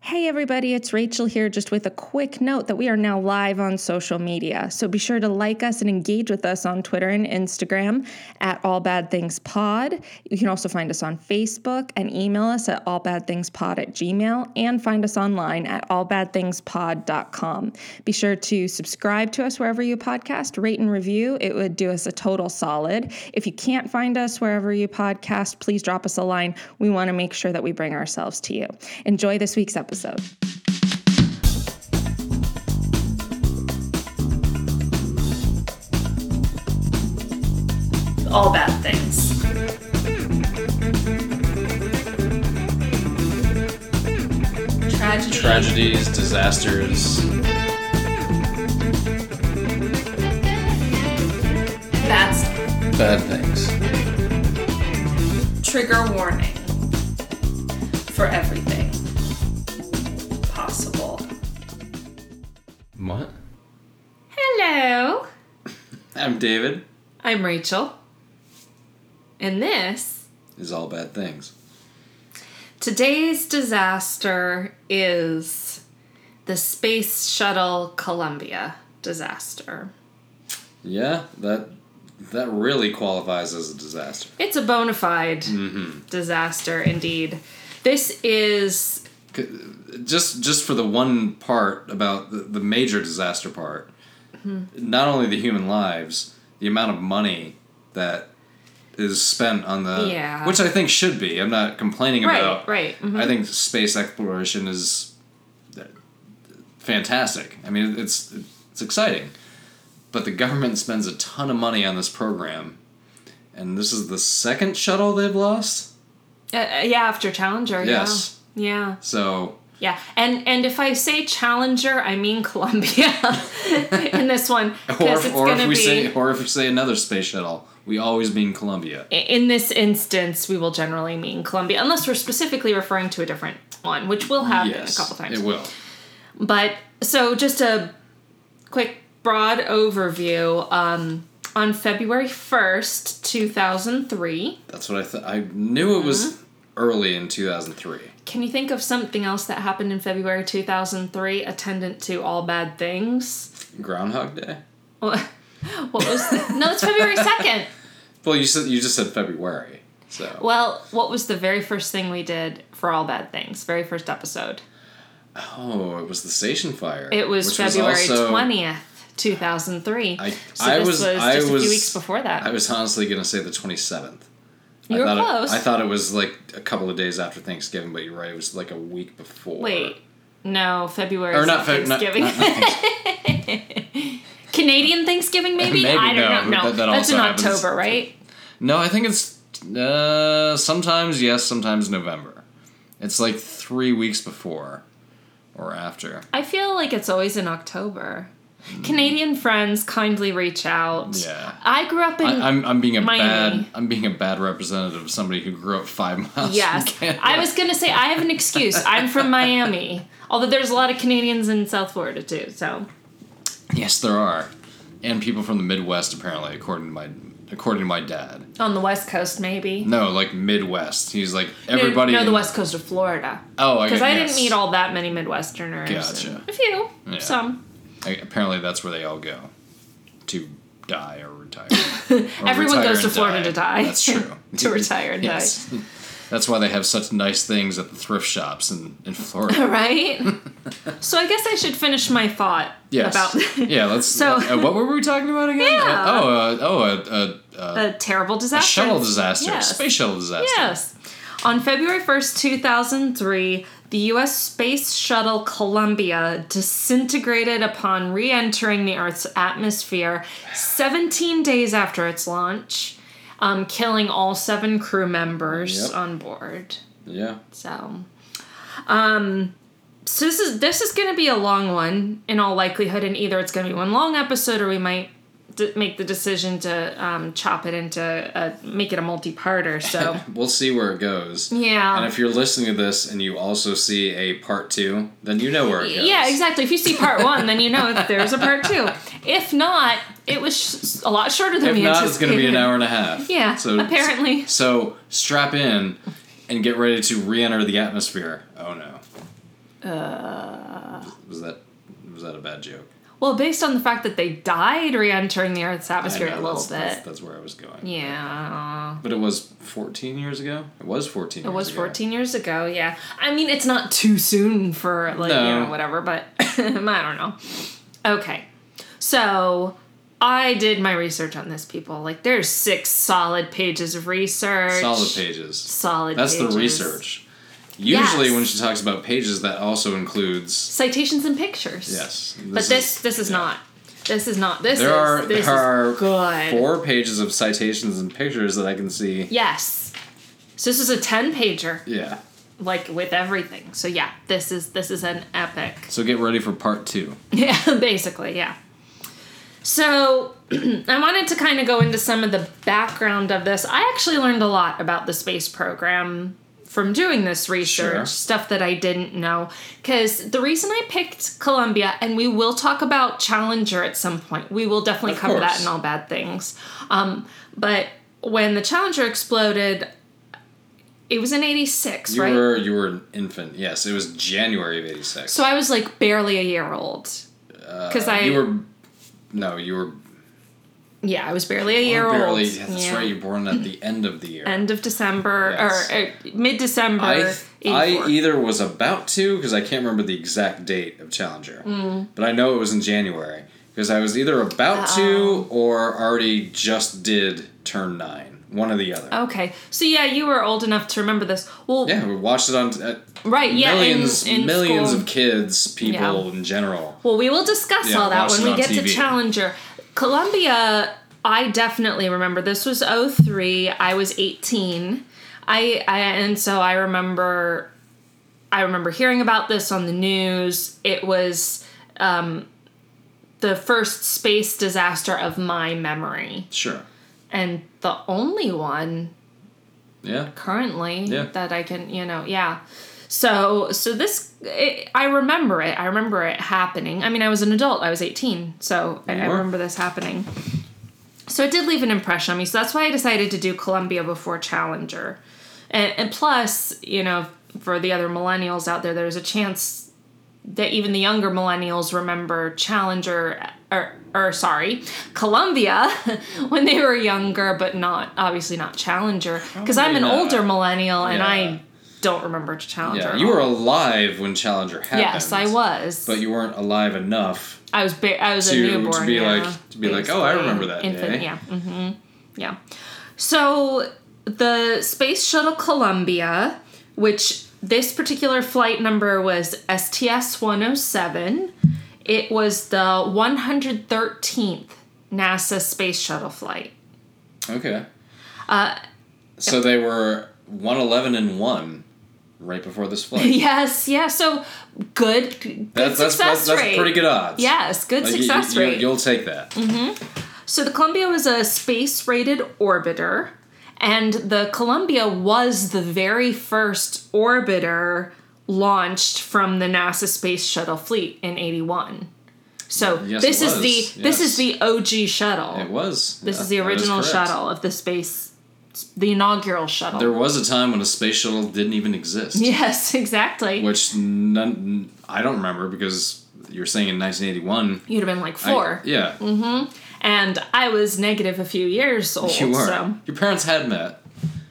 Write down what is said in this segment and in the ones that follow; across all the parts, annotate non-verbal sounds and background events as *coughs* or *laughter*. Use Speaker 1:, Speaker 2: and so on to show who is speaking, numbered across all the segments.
Speaker 1: Hey everybody, it's Rachel here, just with a quick note that we are now live on social media. So be sure to like us and engage with us on Twitter and Instagram at All Bad Things Pod. You can also find us on Facebook and email us at allbadthingspod at gmail and find us online at allbadthingspod.com. Be sure to subscribe to us wherever you podcast, rate and review. It would do us a total solid. If you can't find us wherever you podcast, please drop us a line. We want to make sure that we bring ourselves to you. Enjoy this week's episode.
Speaker 2: all bad things. Tragedy.
Speaker 3: tragedies, disasters,
Speaker 2: That's
Speaker 3: bad things.
Speaker 2: trigger warning for everything possible.
Speaker 3: What?
Speaker 2: Hello.
Speaker 3: I'm David.
Speaker 2: I'm Rachel. And this,
Speaker 3: Is all bad things.
Speaker 2: today's disaster is the Space Shuttle Columbia disaster.
Speaker 3: Yeah, that that really qualifies as a disaster.
Speaker 2: It's a bona fide
Speaker 3: Mm-hmm.
Speaker 2: disaster indeed. This is
Speaker 3: Just just for the one part about the, the major disaster part, not only the human lives, the amount of money that is spent on the
Speaker 2: Yeah.
Speaker 3: which I think should be. I'm not complaining
Speaker 2: Right,
Speaker 3: about.
Speaker 2: right, mhm.
Speaker 3: I think space exploration is fantastic. I mean, it's it's exciting, but the government spends a ton of money on this program, and this is the second shuttle they've lost.
Speaker 2: Uh, uh, yeah, after Challenger.
Speaker 3: Yes.
Speaker 2: Yeah.
Speaker 3: So
Speaker 2: Yeah. Yeah. And and if I say Challenger, I mean *laughs* Columbia in this one
Speaker 3: *laughs* or
Speaker 2: because
Speaker 3: if,
Speaker 2: it's
Speaker 3: or
Speaker 2: going
Speaker 3: if
Speaker 2: to
Speaker 3: we
Speaker 2: be
Speaker 3: say or if we say another space shuttle, we always mean Columbia.
Speaker 2: in this instance we will generally mean Columbia unless we're specifically referring to a different one, which will happen
Speaker 3: yes,
Speaker 2: a couple times.
Speaker 3: it will.
Speaker 2: But so just a quick broad overview um on February 1st, 2003,
Speaker 3: That's what I thought. I knew it was
Speaker 2: Mm-hmm.
Speaker 3: early in 2003.
Speaker 2: can you think of something else that happened in February 2003 attendant to all bad things?
Speaker 3: Groundhog Day.
Speaker 2: What, what was the, no? It's February second.
Speaker 3: Well, you said you just said February. So
Speaker 2: Well, what was the very first thing we did for all bad things? Very first episode.
Speaker 3: oh, it was the station fire.
Speaker 2: It was
Speaker 3: which
Speaker 2: February
Speaker 3: also-
Speaker 2: twentieth, two thousand three.
Speaker 3: I-
Speaker 2: so
Speaker 3: I
Speaker 2: this
Speaker 3: was-
Speaker 2: just
Speaker 3: I
Speaker 2: a few
Speaker 3: was-
Speaker 2: weeks before that.
Speaker 3: I was honestly gonna say the 27th.
Speaker 2: you were
Speaker 3: I thought
Speaker 2: close.
Speaker 3: It, I thought it was like a couple of days after Thanksgiving, but you're right. It was like a week before.
Speaker 2: Wait, no, February
Speaker 3: or
Speaker 2: is
Speaker 3: not Fe- not-
Speaker 2: Thanksgiving.
Speaker 3: *laughs* not- not Thanksgiving.
Speaker 2: *laughs* Canadian Thanksgiving, maybe.
Speaker 3: *laughs* Maybe,
Speaker 2: I
Speaker 3: no,
Speaker 2: don't know. No,
Speaker 3: that- that
Speaker 2: that's
Speaker 3: also
Speaker 2: in
Speaker 3: happens.
Speaker 2: October, right?
Speaker 3: no, I think it's uh, sometimes yes, sometimes November. It's like three weeks before or after.
Speaker 2: I feel like it's always in October. Canadian friends kindly reach out.
Speaker 3: Yeah.
Speaker 2: I grew up in.
Speaker 3: I, I'm, I'm being a
Speaker 2: Miami.
Speaker 3: bad I'm being a bad representative of somebody who grew up five *laughs* miles.
Speaker 2: *laughs* Yes.
Speaker 3: From Canada.
Speaker 2: I was going to say, I have an excuse. I'm from Miami. Although there's a lot of Canadians in South Florida too, so.
Speaker 3: yes, there are, and people from the Midwest apparently, according to my according to my dad.
Speaker 2: On the West Coast, maybe.
Speaker 3: No, like Midwest. He's like
Speaker 2: No,
Speaker 3: everybody.
Speaker 2: No, the
Speaker 3: in-
Speaker 2: West Coast of Florida.
Speaker 3: Oh, I
Speaker 2: Because
Speaker 3: got-
Speaker 2: I
Speaker 3: yes.
Speaker 2: didn't meet all that many Midwesterners.
Speaker 3: Gotcha.
Speaker 2: A few.
Speaker 3: Yeah.
Speaker 2: Some.
Speaker 3: I- apparently, that's where they all go to die
Speaker 2: *laughs*
Speaker 3: or retire. Or
Speaker 2: Everyone
Speaker 3: retire
Speaker 2: goes to
Speaker 3: and
Speaker 2: Florida to die.
Speaker 3: That's true.
Speaker 2: *laughs* To retire and
Speaker 3: die. *laughs* That's why they have such nice things at the thrift shops in,
Speaker 2: *laughs*
Speaker 3: in
Speaker 2: *laughs*
Speaker 3: Florida.
Speaker 2: Right?
Speaker 3: *laughs*
Speaker 2: so I guess I should finish my thought *laughs*
Speaker 3: Yes.
Speaker 2: about
Speaker 3: yeah. Let's.
Speaker 2: So-
Speaker 3: uh, what were we talking about again?
Speaker 2: Yeah.
Speaker 3: Uh, oh, uh, oh, a,
Speaker 2: *laughs*
Speaker 3: a,
Speaker 2: a terrible
Speaker 3: a
Speaker 2: disaster.
Speaker 3: shuttle disaster,
Speaker 2: Yes.
Speaker 3: space shuttle disaster.
Speaker 2: Yes. On February 1st, 2003, the US space shuttle Columbia disintegrated upon re entering the Earth's atmosphere 17 days after its launch, um, killing all seven crew members
Speaker 3: Yep.
Speaker 2: on board.
Speaker 3: Yeah.
Speaker 2: So. Um, so this is this is going to be a long one in all likelihood, and either it's going to be one long episode, or we might d- make the decision to um, chop it into a, make it a multi-parter. So
Speaker 3: We'll see where it goes.
Speaker 2: Yeah.
Speaker 3: And if you're listening to this and you also see a part two, then you know where it goes.
Speaker 2: Yeah, exactly. If you see part one, then you know that there's a part
Speaker 3: *laughs*
Speaker 2: two. If not, it was sh- a lot shorter than
Speaker 3: If
Speaker 2: we
Speaker 3: not, it's
Speaker 2: anticipated.
Speaker 3: going to be an hour and a half.
Speaker 2: Yeah, apparently.
Speaker 3: So strap in and get ready to re enter the atmosphere. Oh no.
Speaker 2: Uh.
Speaker 3: Was that was that a bad joke?
Speaker 2: Well, based on the fact that they died re-entering the Earth's
Speaker 3: I
Speaker 2: atmosphere
Speaker 3: know,
Speaker 2: a little
Speaker 3: that's,
Speaker 2: bit.
Speaker 3: That's, that's where I was going.
Speaker 2: yeah.
Speaker 3: But it was 14 years ago. It was 14.
Speaker 2: It was 14 years ago, yeah. I mean, it's not too soon for, like, you
Speaker 3: No.
Speaker 2: know, whatever, but *laughs* I don't know. Okay. So I did my research on this, people. Like, there's six solid pages of research.
Speaker 3: Solid pages.
Speaker 2: Solid
Speaker 3: That's
Speaker 2: pages.
Speaker 3: the research. Usually,
Speaker 2: Yes.
Speaker 3: when she talks about pages, that also includes
Speaker 2: Citations and pictures.
Speaker 3: yes.
Speaker 2: but this this is
Speaker 3: yeah.
Speaker 2: not. This is not. This
Speaker 3: There
Speaker 2: is
Speaker 3: are
Speaker 2: this
Speaker 3: there are
Speaker 2: is good.
Speaker 3: four pages of citations and pictures that I can see.
Speaker 2: Yes. So this is a ten pager,
Speaker 3: Yeah.
Speaker 2: like with everything. So yeah, this is this is an epic.
Speaker 3: So get ready for part two.
Speaker 2: Yeah, *laughs* basically, yeah. So *clears throat* I wanted to kind of go into some of the background of this. I actually learned a lot about the space program from doing this research,
Speaker 3: Sure.
Speaker 2: stuff that I didn't know. Because the reason I picked Columbia, and we will talk about Challenger at some point, we will definitely
Speaker 3: Of
Speaker 2: cover that
Speaker 3: course.
Speaker 2: in all bad things. Um, but when the Challenger exploded, it was in 86,
Speaker 3: You
Speaker 2: right?
Speaker 3: were you were an infant. Yes, it was January of '86.
Speaker 2: so I was like barely a year old. Because I.
Speaker 3: Uh, you were no, you were
Speaker 2: Yeah, I was barely a year
Speaker 3: barely.
Speaker 2: old.
Speaker 3: yeah, that's
Speaker 2: Yeah.
Speaker 3: right. You were born at the end of the year.
Speaker 2: End of December
Speaker 3: Yes.
Speaker 2: or, uh, mid December.
Speaker 3: I I e- either was about to because I can't remember the exact date of Challenger,
Speaker 2: Mm.
Speaker 3: but I know it was in January because I was either about to or already just did turn nine. One or the other.
Speaker 2: Okay, so yeah, you were old enough to remember this. Well,
Speaker 3: Yeah, we watched it on uh,
Speaker 2: right, yeah, in-
Speaker 3: millions,
Speaker 2: in,
Speaker 3: millions
Speaker 2: school.
Speaker 3: of kids, people
Speaker 2: Yeah.
Speaker 3: in general.
Speaker 2: Well, we will discuss
Speaker 3: Yeah,
Speaker 2: all that
Speaker 3: watched
Speaker 2: when we
Speaker 3: it on
Speaker 2: get to
Speaker 3: TV.
Speaker 2: Challenger. Columbia, I definitely remember. This was 03. I was 18. I, I and so I remember I remember hearing about this on the news. It was um, the first space disaster of my memory
Speaker 3: Sure.
Speaker 2: and the only one
Speaker 3: Yeah.
Speaker 2: currently
Speaker 3: Yeah.
Speaker 2: that I can, you know, yeah. So, so this, it, I remember it. I remember it happening. I mean, I was an adult. I was 18, so I, I
Speaker 3: You were.
Speaker 2: remember this happening. So it did leave an impression on me. So that's why I decided to do Columbia before Challenger, and, and plus, you know, for the other millennials out there, there's a chance that even the younger millennials remember Challenger or or sorry, Columbia *laughs* when they were younger, but not obviously not Challenger because I'm an
Speaker 3: Probably not.
Speaker 2: older millennial and
Speaker 3: Oh, Yeah.
Speaker 2: I don't remember Challenger.
Speaker 3: Yeah.
Speaker 2: at
Speaker 3: You
Speaker 2: all.
Speaker 3: were alive when Challenger happened.
Speaker 2: Yes, I was.
Speaker 3: But you weren't alive enough
Speaker 2: I was ba- I was a
Speaker 3: to- to
Speaker 2: newborn.
Speaker 3: be
Speaker 2: yeah,
Speaker 3: like- to be like, "Oh, I remember that
Speaker 2: Infant,
Speaker 3: day."
Speaker 2: yeah. hmm Yeah. So the space shuttle Columbia, which this particular flight number was STS-107, it was the 113th NASA space shuttle flight. *laughs*
Speaker 3: Okay. Uh, so they were one eleven and one right before this flight.
Speaker 2: Yes, yeah. So good, good
Speaker 3: That's that's,
Speaker 2: success
Speaker 3: that's, that's
Speaker 2: rate.
Speaker 3: pretty good odds.
Speaker 2: Yes, good
Speaker 3: Like, you-
Speaker 2: success
Speaker 3: you,
Speaker 2: rate. Mm-hmm.
Speaker 3: will take that.
Speaker 2: So the Columbia was a space rated orbiter, and the Columbia was the very first orbiter launched from the NASA space shuttle fleet in 81. So
Speaker 3: Yes,
Speaker 2: this
Speaker 3: it
Speaker 2: is
Speaker 3: was.
Speaker 2: the this is
Speaker 3: Yes.
Speaker 2: the OG shuttle.
Speaker 3: It was.
Speaker 2: This
Speaker 3: Yeah,
Speaker 2: is the
Speaker 3: that
Speaker 2: original
Speaker 3: correct.
Speaker 2: shuttle of the space the inaugural shuttle.
Speaker 3: There was a time when a space shuttle didn't even
Speaker 2: *laughs*
Speaker 3: exist,
Speaker 2: yes, exactly.
Speaker 3: which none I don't remember because you're saying in 1981.
Speaker 2: You'd have been like
Speaker 3: I-
Speaker 2: 4
Speaker 3: yeah,
Speaker 2: and I was negative a few years old.
Speaker 3: you were.
Speaker 2: So
Speaker 3: Your parents had met.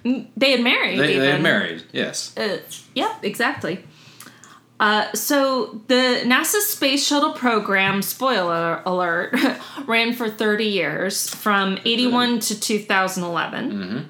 Speaker 2: they had married.
Speaker 3: They, they had
Speaker 2: even.
Speaker 3: married. Yes.
Speaker 2: Uh, yeah, exactly. Uh, so the NASA space shuttle program, spoiler alert, *laughs* ran for 30 years from 81 to 2011.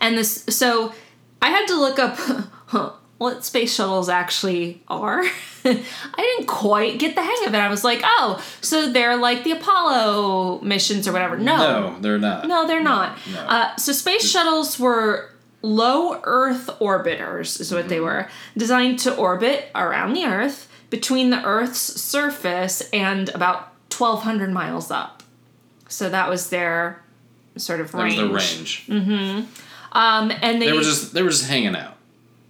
Speaker 2: And this, so I had to look up *laughs* huh, what space shuttles actually are. *laughs* I didn't quite get the hang of it. I was like, oh, so they're like the Apollo missions or whatever.
Speaker 3: No, they're not.
Speaker 2: No, they're not.
Speaker 3: no.
Speaker 2: Uh, so space shuttles were low Earth orbiters, is what
Speaker 3: Mm-hmm.
Speaker 2: they were, designed to orbit around the Earth between the Earth's surface and about 1,200 miles up. So that was their sort of
Speaker 3: That was
Speaker 2: range.
Speaker 3: their range.
Speaker 2: Um, and they,
Speaker 3: They were just they were just hanging out.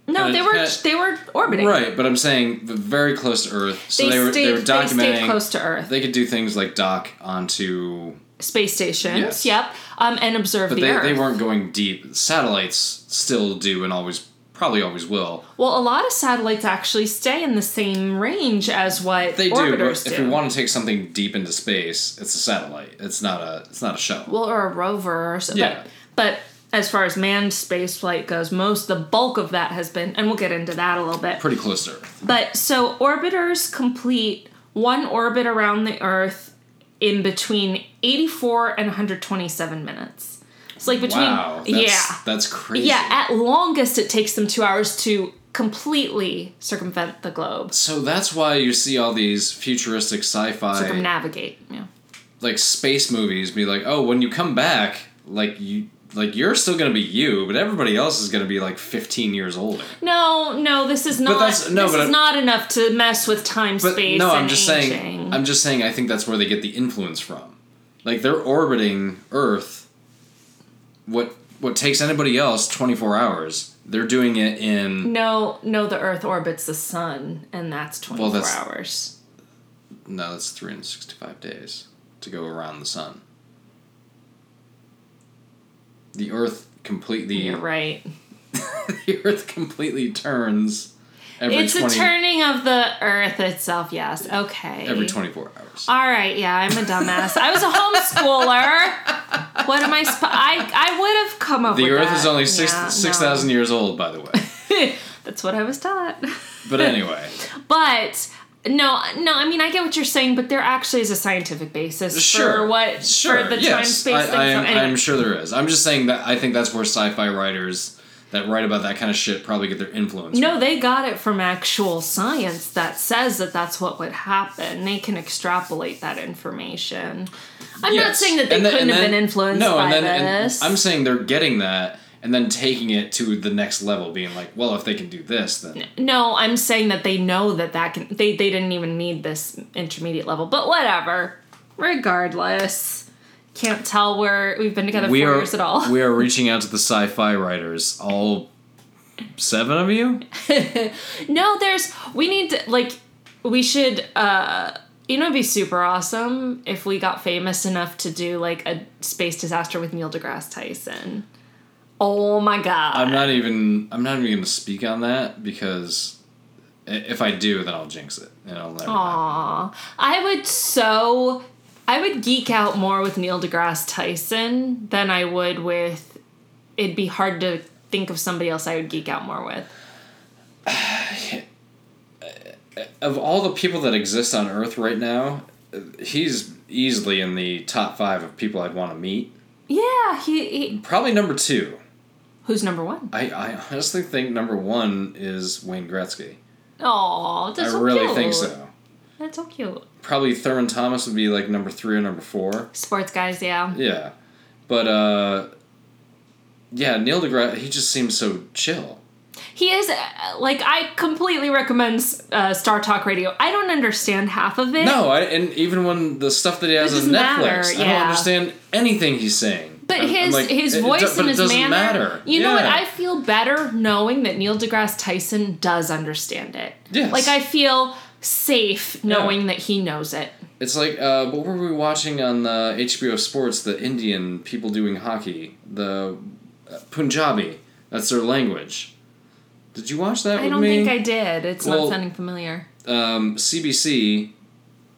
Speaker 2: no,
Speaker 3: and
Speaker 2: they
Speaker 3: it
Speaker 2: were
Speaker 3: had-
Speaker 2: they were orbiting.
Speaker 3: Right, but I'm saying the very close to Earth. So
Speaker 2: They
Speaker 3: they, were
Speaker 2: stayed-
Speaker 3: they were
Speaker 2: they stayed
Speaker 3: documenting
Speaker 2: close to Earth.
Speaker 3: They could do things like dock onto,
Speaker 2: Space stations.
Speaker 3: Yes.
Speaker 2: Yep. Um, and observe
Speaker 3: but
Speaker 2: the
Speaker 3: they,
Speaker 2: Earth.
Speaker 3: they weren't going deep. Satellites still do and always probably always will.
Speaker 2: Well, a lot of satellites actually stay in the same range as what
Speaker 3: They do,
Speaker 2: orbiters
Speaker 3: but
Speaker 2: do.
Speaker 3: if we want to take something deep into space, it's a satellite. It's not a it's not a shuttle.
Speaker 2: well, or a rover or something.
Speaker 3: Yeah.
Speaker 2: But, but as far as manned space flight goes, most the bulk of that has been, and we'll get into that a little bit.
Speaker 3: Pretty close to Earth.
Speaker 2: But so orbiters complete one orbit around the Earth in between 84 and 127 minutes. It's like between
Speaker 3: wow. That's,
Speaker 2: yeah.
Speaker 3: That's crazy.
Speaker 2: Yeah, at longest it takes them 2 hours to completely circumvent the globe.
Speaker 3: so that's why you see all these futuristic sci-fi
Speaker 2: Circumnavigate, yeah.
Speaker 3: like space movies be like, oh, when you come back, like you like you're still gonna be you, but everybody else is gonna be like 15 years older.
Speaker 2: No, no, this is not.
Speaker 3: that's- no,
Speaker 2: this
Speaker 3: but
Speaker 2: is
Speaker 3: I-
Speaker 2: not enough to mess with time,
Speaker 3: But
Speaker 2: space,
Speaker 3: no,
Speaker 2: and
Speaker 3: I'm just
Speaker 2: aging.
Speaker 3: saying. I'm just saying. I think that's where they get the influence from. Like they're orbiting Earth. What what takes anybody else 24 hours? They're doing it in
Speaker 2: no, no, the Earth orbits the sun, and that's 24
Speaker 3: that's-
Speaker 2: hours.
Speaker 3: no, that's 365 days to go around the sun. The Earth completely.
Speaker 2: You're right.
Speaker 3: *laughs* The Earth completely turns every
Speaker 2: It's
Speaker 3: 20
Speaker 2: the turning of the Earth itself. Yes. Okay.
Speaker 3: every 24 hours.
Speaker 2: All right, yeah, I'm a dumbass. I was a homeschooler. What am I? Sp- I I would have come up.
Speaker 3: the
Speaker 2: with
Speaker 3: Earth
Speaker 2: is
Speaker 3: is only six
Speaker 2: yeah,
Speaker 3: six
Speaker 2: no.
Speaker 3: thousand years old, by the way.
Speaker 2: That's what I was taught. *laughs*
Speaker 3: But anyway,
Speaker 2: But no, no, I mean I get what you're saying, but there actually is a scientific basis for
Speaker 3: sure
Speaker 2: what
Speaker 3: sure
Speaker 2: for the time
Speaker 3: yes.
Speaker 2: space
Speaker 3: I,
Speaker 2: thing.
Speaker 3: I
Speaker 2: so
Speaker 3: am,
Speaker 2: anyway.
Speaker 3: I'm sure there is i'm just saying that i think that's where sci-fi writers that write about that kind of shit probably get their influence from.
Speaker 2: No, they got it from actual science that says that that's what would happen. They can extrapolate that information. I'm not
Speaker 3: Yes.
Speaker 2: saying that they
Speaker 3: And then-
Speaker 2: couldn't
Speaker 3: and
Speaker 2: have
Speaker 3: then-
Speaker 2: been influenced
Speaker 3: no,
Speaker 2: by
Speaker 3: and then, and
Speaker 2: this.
Speaker 3: i'm saying they're getting that and then taking it to the next level being like well if they can do this then
Speaker 2: no, I'm saying that they know that that can. They they didn't even need this intermediate level, but whatever. Regardless, can't tell where we've been together
Speaker 3: we
Speaker 2: four
Speaker 3: are
Speaker 2: years at all.
Speaker 3: we are reaching out to the sci-fi writers all seven of you
Speaker 2: No, there's we need to like we should uh you know it'd be super awesome if we got famous enough to do like a space disaster with Neil deGrasse Tyson. Oh my god.
Speaker 3: i'm not even i'm not even gonna speak on that because i- if i do then i'll jinx it and i'll never
Speaker 2: Aw. I would so I would geek out more with Neil deGrasse Tyson than I would with it'd be hard to think of somebody else I would geek out more with.
Speaker 3: of all the people that exist on Earth right now, uh, he's easily in the top five of people I'd want to meet.
Speaker 2: Yeah, he, he
Speaker 3: Probably number two.
Speaker 2: who's number one?
Speaker 3: I, I honestly think number one is Wayne Gretzky.
Speaker 2: Oh, that's
Speaker 3: I
Speaker 2: so
Speaker 3: really
Speaker 2: cute.
Speaker 3: think so.
Speaker 2: That's so cute.
Speaker 3: Probably Thurman Thomas would be like number three or number four.
Speaker 2: Sports guys, yeah.
Speaker 3: Yeah, but uh, yeah, Neil deGrasse he just seems so chill.
Speaker 2: He is uh, like I completely recommend uh, Star Talk Radio. I don't understand half of it.
Speaker 3: No, I, and even when the stuff that he has
Speaker 2: It
Speaker 3: on
Speaker 2: doesn't
Speaker 3: Netflix,
Speaker 2: matter,
Speaker 3: I don't
Speaker 2: yeah.
Speaker 3: understand anything he's saying.
Speaker 2: But
Speaker 3: I'm- I'm
Speaker 2: his
Speaker 3: like,
Speaker 2: his
Speaker 3: it- it do-
Speaker 2: voice
Speaker 3: but
Speaker 2: and
Speaker 3: it
Speaker 2: his
Speaker 3: doesn't
Speaker 2: manner.
Speaker 3: matter.
Speaker 2: You know what?
Speaker 3: Yeah.
Speaker 2: I feel better knowing that Neil deGrasse Tyson does understand it.
Speaker 3: Yes.
Speaker 2: Like I feel safe knowing that he knows it.
Speaker 3: It's like uh, what were we watching on uh, the HBO Sports? The Indian people doing hockey, the uh, Punjabi. That's their language. Did you watch that
Speaker 2: I
Speaker 3: with
Speaker 2: don't
Speaker 3: me?
Speaker 2: think I did. It's
Speaker 3: Well-
Speaker 2: not sounding familiar.
Speaker 3: um, CBC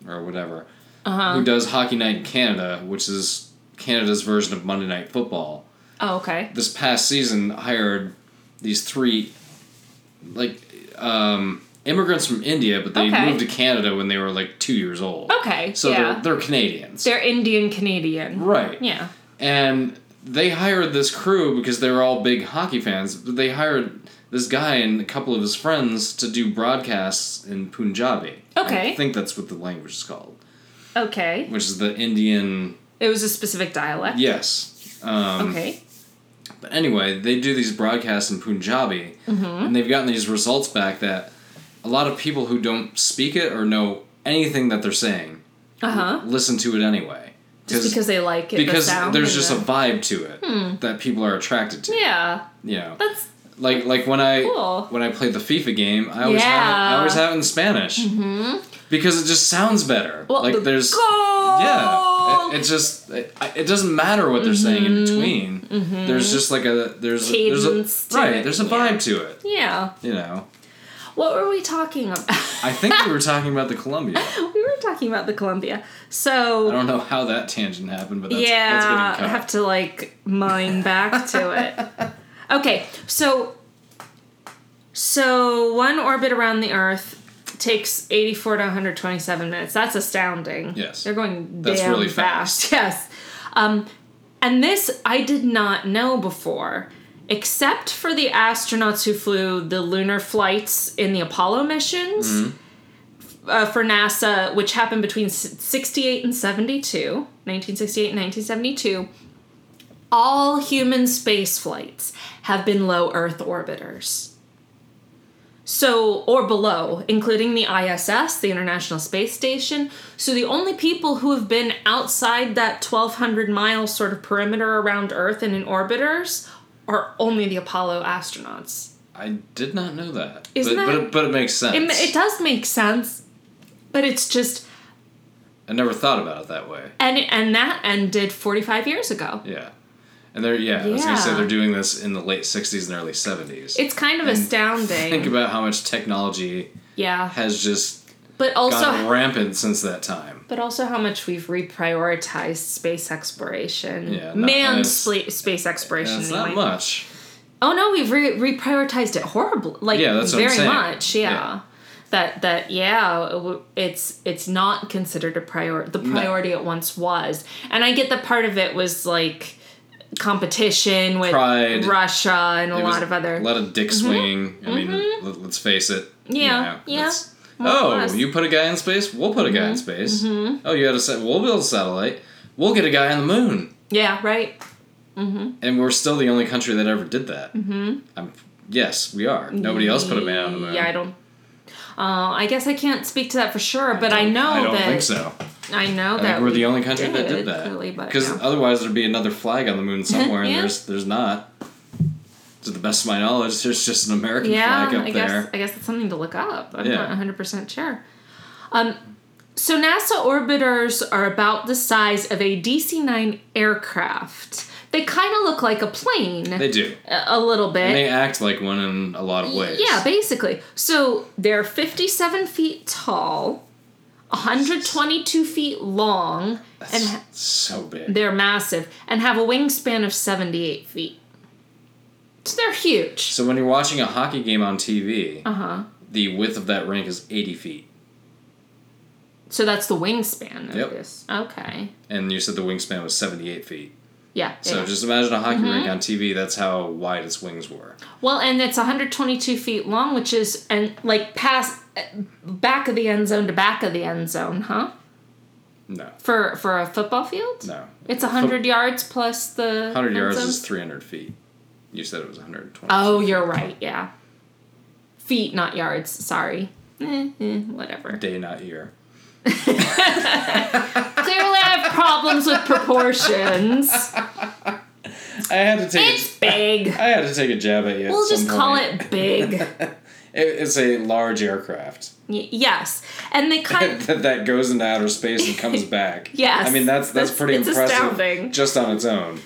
Speaker 3: or whatever,
Speaker 2: Uh-huh.
Speaker 3: who does Hockey Night in Canada, which is Canada's version of Monday Night Football.
Speaker 2: Oh, okay.
Speaker 3: This past season, hired these three, like, um, immigrants from India, but they
Speaker 2: Okay.
Speaker 3: moved to Canada when they were like two years old.
Speaker 2: Okay.
Speaker 3: So
Speaker 2: yeah.
Speaker 3: they're, they're Canadians.
Speaker 2: They're Indian Canadian.
Speaker 3: right.
Speaker 2: Yeah.
Speaker 3: and they hired this crew because they were all big hockey fans. But they hired this guy and a couple of his friends to do broadcasts in Punjabi.
Speaker 2: Okay.
Speaker 3: I think that's what the language is called,
Speaker 2: Okay.
Speaker 3: which is the Indian.
Speaker 2: It was a specific dialect.
Speaker 3: Yes. Um,
Speaker 2: Okay.
Speaker 3: But anyway, they do these broadcasts in Punjabi,
Speaker 2: Mm-hmm.
Speaker 3: and they've gotten these results back that a lot of people who don't speak it or know anything that they're saying
Speaker 2: Uh huh.
Speaker 3: listen to it anyway.
Speaker 2: Just because they like it. the
Speaker 3: because
Speaker 2: sound
Speaker 3: there's
Speaker 2: and
Speaker 3: just
Speaker 2: the- Hmm.
Speaker 3: a vibe to it that people are attracted to.
Speaker 2: Yeah,
Speaker 3: You know.
Speaker 2: that's
Speaker 3: Like like when I
Speaker 2: Cool.
Speaker 3: when I played the FIFA game, I always have it, I
Speaker 2: Yeah.
Speaker 3: always have it in Spanish mm-hmm. because it just sounds better.
Speaker 2: well,
Speaker 3: like
Speaker 2: the
Speaker 3: there's
Speaker 2: goal.
Speaker 3: yeah
Speaker 2: whole
Speaker 3: It, it just it, it doesn't matter what they're saying in between. There's just like a there's a-
Speaker 2: Mm-hmm. Cadence
Speaker 3: there's
Speaker 2: to
Speaker 3: a right
Speaker 2: it,
Speaker 3: there's a
Speaker 2: yeah.
Speaker 3: vibe to it.
Speaker 2: yeah.
Speaker 3: You know,
Speaker 2: What were we talking about?
Speaker 3: I think we were talking about the Columbia.
Speaker 2: *laughs* we were talking about the Columbia.
Speaker 3: I
Speaker 2: So
Speaker 3: don't know how that tangent happened, but that's, that's getting
Speaker 2: yeah,
Speaker 3: cut.
Speaker 2: I have to like mine back
Speaker 3: *laughs*
Speaker 2: to it. Okay, so so one orbit around the Earth takes 84 to 127 minutes. That's astounding.
Speaker 3: Yes.
Speaker 2: they're going
Speaker 3: That's
Speaker 2: damn
Speaker 3: really
Speaker 2: fast. *laughs* Yes, um, and this I did not know before. Except for the astronauts who flew the lunar flights in the Apollo missions,
Speaker 3: Mm-hmm.
Speaker 2: uh, for NASA, which happened between s- 68 and 72, 1968 and 1972, all human space flights have been low Earth orbiters. So, or below, including the ISS, the International Space Station. So, the only people who have been outside that 1,200 mile sort of perimeter around Earth and in orbiters are only the Apollo astronauts.
Speaker 3: I did not know that.
Speaker 2: Isn't
Speaker 3: but, but
Speaker 2: that-
Speaker 3: it, but it makes sense.
Speaker 2: It, ma- it does make sense, but it's just.
Speaker 3: I never thought about it that way.
Speaker 2: and and that ended 45 years ago
Speaker 3: Yeah. And they're yeah, I was gonna say
Speaker 2: Yeah.
Speaker 3: they're doing this in the late sixties and early seventies.
Speaker 2: it's kind of astounding
Speaker 3: Mm. Think about how much technology
Speaker 2: yeah
Speaker 3: has just
Speaker 2: but also
Speaker 3: gone rampant since that time.
Speaker 2: but also how much we've reprioritized space exploration
Speaker 3: Yeah, not-
Speaker 2: manned
Speaker 3: it's-
Speaker 2: sla- space exploration
Speaker 3: That's not
Speaker 2: anyway.
Speaker 3: much.
Speaker 2: oh no we've re- reprioritized it horribly like
Speaker 3: Yeah, that's what I'm
Speaker 2: very
Speaker 3: saying.
Speaker 2: much yeah.
Speaker 3: Yeah.
Speaker 2: that that yeah it w- it's it's not considered a priority the priority it once was and i get that part of it was like competition with
Speaker 3: Pride.
Speaker 2: russia and a
Speaker 3: It was
Speaker 2: lot of other Mm-hmm.
Speaker 3: a lot of dick swinging. I mean, let, us face it. you
Speaker 2: Yeah,
Speaker 3: know,
Speaker 2: yeah.
Speaker 3: that's-
Speaker 2: or
Speaker 3: Oh,
Speaker 2: less. Mm-hmm.
Speaker 3: you put a guy in space. We'll put a guy in space. Oh, you had a set. We'll build a satellite. We'll get a guy on the moon.
Speaker 2: yeah right
Speaker 3: And we're still the only country that ever did that. Mm-hmm. I'm, yes, we are. Nobody else put a man on the moon.
Speaker 2: Yeah, I don't. Uh, I guess I can't speak to that for sure, but I, know
Speaker 3: I don't
Speaker 2: that
Speaker 3: think so.
Speaker 2: I know
Speaker 3: I
Speaker 2: that
Speaker 3: think we're
Speaker 2: we
Speaker 3: the only country that did
Speaker 2: clearly, but
Speaker 3: that. Because
Speaker 2: yeah.
Speaker 3: otherwise, there'd be another flag on the
Speaker 2: *laughs*
Speaker 3: moon somewhere, and
Speaker 2: Yeah.
Speaker 3: there's there's not. To the best of my knowledge, there's just an American
Speaker 2: yeah,
Speaker 3: flag up
Speaker 2: I guess
Speaker 3: there.
Speaker 2: I guess it's something to look up. I'm
Speaker 3: Yeah.
Speaker 2: not 100 percent sure. Um, so NASA orbiters are about the size of a DC-9 aircraft. They kind of look like a plane,
Speaker 3: They do.
Speaker 2: a a little bit.
Speaker 3: And they act like one in a lot of ways.
Speaker 2: Yeah, basically. So they're 57 feet tall, 122 feet long, and ha-
Speaker 3: It's so big.
Speaker 2: they're massive and have a wingspan of 78 feet. So they're huge.
Speaker 3: So when you're watching a hockey game on TV,
Speaker 2: Uh huh.
Speaker 3: the width of that rink is 80 feet,
Speaker 2: So that's the wingspan of
Speaker 3: Yep.
Speaker 2: this. Okay.
Speaker 3: and you said the wingspan was 78 feet.
Speaker 2: Yeah.
Speaker 3: So
Speaker 2: yeah. Mm-hmm.
Speaker 3: just imagine a hockey rink on TV. That's how wide its wings were.
Speaker 2: well, and it's 122 feet long, which is and like past back of the end zone to back of the end zone, huh?
Speaker 3: No,
Speaker 2: For for a football field?
Speaker 3: no.
Speaker 2: It's 100 yards plus the
Speaker 3: 100
Speaker 2: end
Speaker 3: yards
Speaker 2: zone?
Speaker 3: is 300 feet. You said it was 120.
Speaker 2: Oh, you're right. Yeah. Feet, not yards. Sorry. Eh, eh, whatever.
Speaker 3: Day, not year.
Speaker 2: Clearly, I have problems with
Speaker 3: *laughs*
Speaker 2: proportions.
Speaker 3: I had to take.
Speaker 2: It's big.
Speaker 3: I had to take a jab at you.
Speaker 2: We'll just call it big.
Speaker 3: *laughs*
Speaker 2: Y-
Speaker 3: It's a large aircraft *laughs*
Speaker 2: yes, and they kind.
Speaker 3: that, that goes into outer space and
Speaker 2: *laughs*
Speaker 3: comes back.
Speaker 2: Yes.
Speaker 3: I mean that's that's,
Speaker 2: That's-
Speaker 3: pretty
Speaker 2: it's
Speaker 3: impressive.
Speaker 2: astounding.
Speaker 3: Just on its own.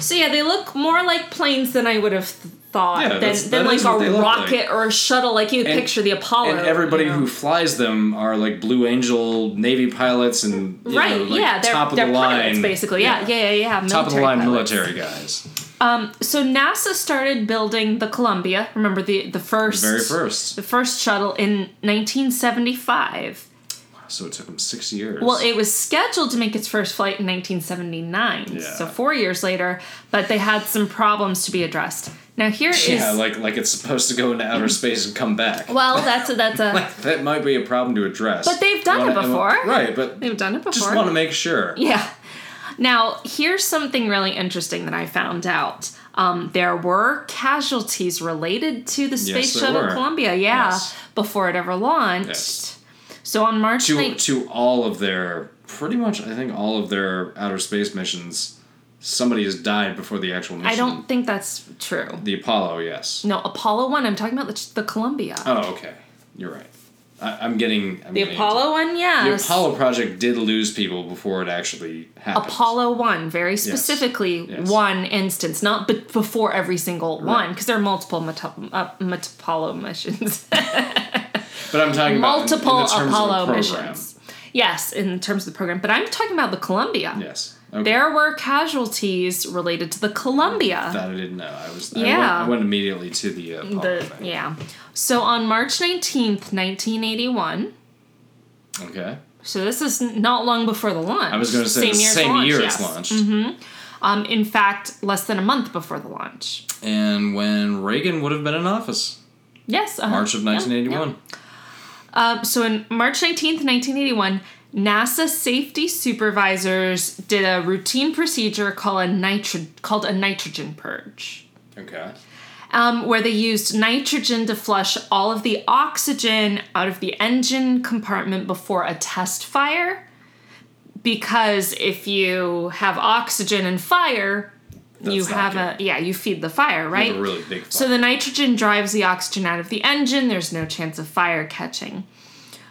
Speaker 2: So yeah, they look more like planes than I would have th- thought.
Speaker 3: Yeah,
Speaker 2: than
Speaker 3: that's-
Speaker 2: than
Speaker 3: that
Speaker 2: like
Speaker 3: is what they
Speaker 2: a
Speaker 3: look
Speaker 2: rocket
Speaker 3: like.
Speaker 2: or a shuttle, like you picture the Apollo.
Speaker 3: and everybody
Speaker 2: Oh, you know.
Speaker 3: who flies them are like Blue Angel Navy pilots and you
Speaker 2: Right,
Speaker 3: know, like
Speaker 2: yeah, they're,
Speaker 3: top of
Speaker 2: they're
Speaker 3: the
Speaker 2: pilots,
Speaker 3: line,
Speaker 2: basically. Yeah, yeah, yeah, yeah.
Speaker 3: top of the line
Speaker 2: pilots.
Speaker 3: military guys.
Speaker 2: Um, so NASA started building the Columbia. Remember the the first
Speaker 3: Very first.
Speaker 2: the first shuttle in 1975.
Speaker 3: So it took them six years.
Speaker 2: Well, it was scheduled to make its first flight in 1979,
Speaker 3: Yeah.
Speaker 2: so four years later, but they had some problems to be addressed. Now here is
Speaker 3: yeah, like like it's supposed to go into outer space and come back.
Speaker 2: well, that's a, that's
Speaker 3: *laughs*
Speaker 2: a
Speaker 3: that might be a problem to address.
Speaker 2: But they've done
Speaker 3: Wanna-
Speaker 2: it before.
Speaker 3: right? But
Speaker 2: they've done it before.
Speaker 3: just want to make sure.
Speaker 2: Yeah. Now, here's something really interesting that I found out. Um, there were casualties related to the Space
Speaker 3: there
Speaker 2: Shuttle
Speaker 3: were.
Speaker 2: Columbia, yeah,
Speaker 3: Yes.
Speaker 2: before it ever launched.
Speaker 3: Yes.
Speaker 2: So on March
Speaker 3: to
Speaker 2: 19th
Speaker 3: to all of their pretty much I think all of their outer space missions, somebody has died before the actual mission.
Speaker 2: I don't think that's true.
Speaker 3: The Apollo, yes.
Speaker 2: No, Apollo 1, I'm talking about the, the Columbia.
Speaker 3: Oh, okay. You're right. I, I'm getting I'm
Speaker 2: The
Speaker 3: getting-
Speaker 2: Apollo one,
Speaker 3: The
Speaker 2: yes.
Speaker 3: Apollo project did lose people before it actually happened.
Speaker 2: Apollo 1, very specifically
Speaker 3: Yes.
Speaker 2: one instance, not be- before every single one, because there are multiple Meta- uh, Met- Apollo missions.
Speaker 3: but I'm talking
Speaker 2: multiple
Speaker 3: about in- in the terms of a
Speaker 2: Apollo
Speaker 3: program.
Speaker 2: missions. Yes, in terms of the program. But I'm talking about the Columbia.
Speaker 3: Yes, okay.
Speaker 2: There were casualties related to the Columbia.
Speaker 3: that I didn't know. I was I, went,
Speaker 2: Yeah.
Speaker 3: I went immediately to the uh, Apollo
Speaker 2: the
Speaker 3: thing.
Speaker 2: yeah. So on March 19th, 1981,
Speaker 3: Okay,
Speaker 2: so this is n- not long before the launch.
Speaker 3: I was going to say the
Speaker 2: as
Speaker 3: same
Speaker 2: launch,
Speaker 3: year
Speaker 2: yes.
Speaker 3: it's launched.
Speaker 2: Um, in fact, less than a month before the launch.
Speaker 3: and when Reagan would have been in office,
Speaker 2: Yes, uh-huh.
Speaker 3: March of
Speaker 2: Yeah, yeah.
Speaker 3: 1981.
Speaker 2: Uh, so in March 19th, 1981, NASA safety supervisors did a routine procedure called a, nitro- called a nitrogen purge.
Speaker 3: Okay.
Speaker 2: um, where they used nitrogen to flush all of the oxygen out of the engine compartment before a test fire. Because if you have oxygen and fire, you
Speaker 3: not
Speaker 2: have a yeah, you feed the fire, right?
Speaker 3: a really big
Speaker 2: So
Speaker 3: fire.
Speaker 2: the nitrogen drives the oxygen out of the engine. There's no chance of fire catching.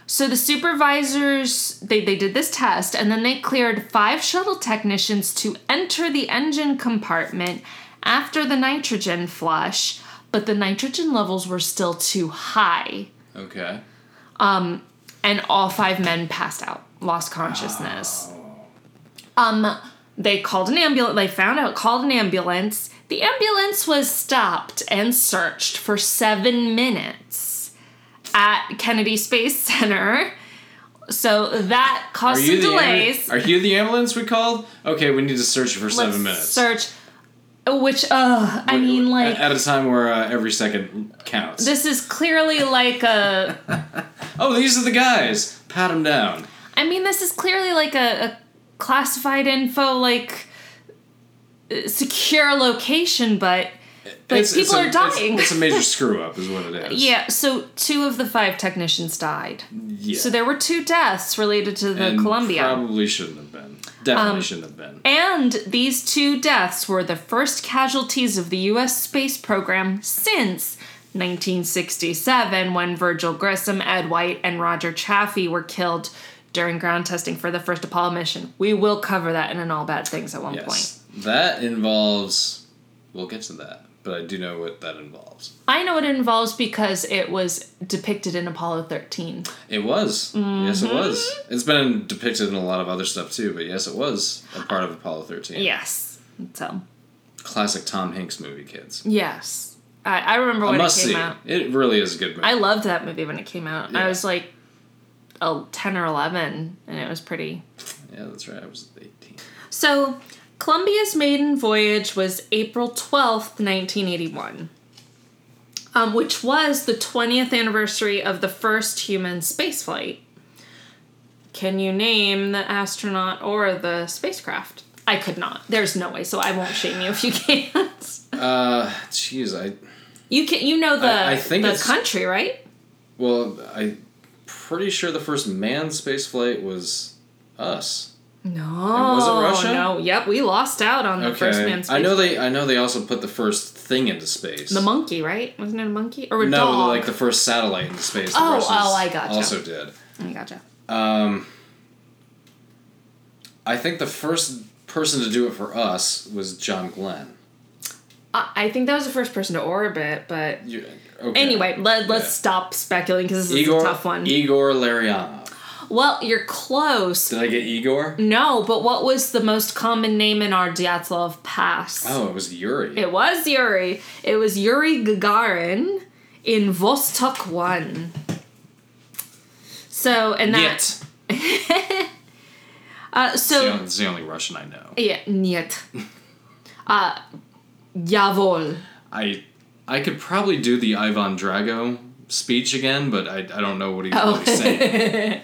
Speaker 2: So the supervisors they, they did this test and then they cleared five shuttle technicians to enter the engine compartment after the nitrogen flush, but the nitrogen levels were still too high.
Speaker 3: Okay.
Speaker 2: And all five men passed out, lost consciousness. Um they called an ambulance they found out called an ambulance. The ambulance was stopped and searched for seven minutes at Kennedy Space Center. So that
Speaker 3: Are
Speaker 2: caused
Speaker 3: you
Speaker 2: some
Speaker 3: the ambu-
Speaker 2: delays.
Speaker 3: Are you the ambulance we called? Okay, we need to search you for
Speaker 2: Let's
Speaker 3: seven minutes.
Speaker 2: Search, which uh, I mean, like
Speaker 3: at, at a time where uh, every second counts.
Speaker 2: this is clearly like a.
Speaker 3: oh, these are the guys. Pat them down.
Speaker 2: I mean, this is clearly like a, a classified info, like uh, secure location, but like
Speaker 3: It's- it's
Speaker 2: people
Speaker 3: a-
Speaker 2: are dying.
Speaker 3: It's, it's
Speaker 2: *laughs*
Speaker 3: a major screw up, is what it is.
Speaker 2: yeah, so two of the five technicians died.
Speaker 3: Yeah.
Speaker 2: So there were two deaths related to the
Speaker 3: And
Speaker 2: Columbia.
Speaker 3: Probably shouldn't have been.
Speaker 2: Um,
Speaker 3: Definitely shouldn't have been.
Speaker 2: And these two deaths were the first casualties of the US space program since 1967, when Virgil Grissom, Ed White, and Roger Chaffee were killed during ground testing for the first Apollo mission. We will cover that in an All Bad Things at one point.
Speaker 3: Yes. That involves. We'll get to that, but I do know what that involves.
Speaker 2: I know it involves because it was depicted in Apollo 13.
Speaker 3: It was. Yes, it was.
Speaker 2: Mm-hmm.
Speaker 3: It's been depicted in a lot of other stuff too, but yes, it was a part of Apollo 13.
Speaker 2: Yes. So,
Speaker 3: Classic Tom Hanks movie, kids.
Speaker 2: yes. I, I remember
Speaker 3: I
Speaker 2: when
Speaker 3: must
Speaker 2: it came
Speaker 3: see.
Speaker 2: out.
Speaker 3: It really is a good movie.
Speaker 2: I loved that movie when it came out.
Speaker 3: Yeah.
Speaker 2: I was like oh, 10 or 11, and it was pretty
Speaker 3: yeah, that's right. I was 18.
Speaker 2: So, Columbia's maiden voyage was April 12th, 1981, um, which was the 20th anniversary of the first human spaceflight. Can you name the astronaut or the spacecraft? I could not. There's no way, so I won't shame you *laughs* if you can't.
Speaker 3: Uh, *sighs* jeez, I.
Speaker 2: You can. You know the
Speaker 3: I- I think
Speaker 2: the
Speaker 3: it's-
Speaker 2: country, right?
Speaker 3: Well, I. Pretty sure the first manned space flight was us.
Speaker 2: No.
Speaker 3: was it Russia?
Speaker 2: No. Yep. We lost out on the first man.
Speaker 3: I know they. I know they also put the first thing into space.
Speaker 2: the monkey, right? Wasn't it a monkey or a
Speaker 3: no,
Speaker 2: dog?
Speaker 3: like the first satellite into space. The
Speaker 2: Oh,
Speaker 3: Russians
Speaker 2: oh, I gotcha.
Speaker 3: Also did.
Speaker 2: I gotcha.
Speaker 3: Um, I think the first person to do it for us was John Glenn.
Speaker 2: I I think that was the first person to orbit, but
Speaker 3: You, okay.
Speaker 2: anyway, let, let's
Speaker 3: Yeah.
Speaker 2: stop speculating because this
Speaker 3: Igor,
Speaker 2: is a tough one.
Speaker 3: Igor Larionov.
Speaker 2: well, you're close.
Speaker 3: Did I get Igor?
Speaker 2: No, but what was the most common name in our Dyatlov Pass?
Speaker 3: Oh, it was Yuri.
Speaker 2: It was Yuri. It was Yuri Gagarin in Vostok 1. So, and that.
Speaker 3: Yet.
Speaker 2: Uh,
Speaker 3: It's
Speaker 2: so,
Speaker 3: the, only, it's the only Russian I know.
Speaker 2: yeah,
Speaker 3: *laughs*
Speaker 2: нет. uh, Yavol.
Speaker 3: I I could probably do the Ivan Drago speech again, but I, I don't know what he's
Speaker 2: Oh. *laughs*
Speaker 3: really saying.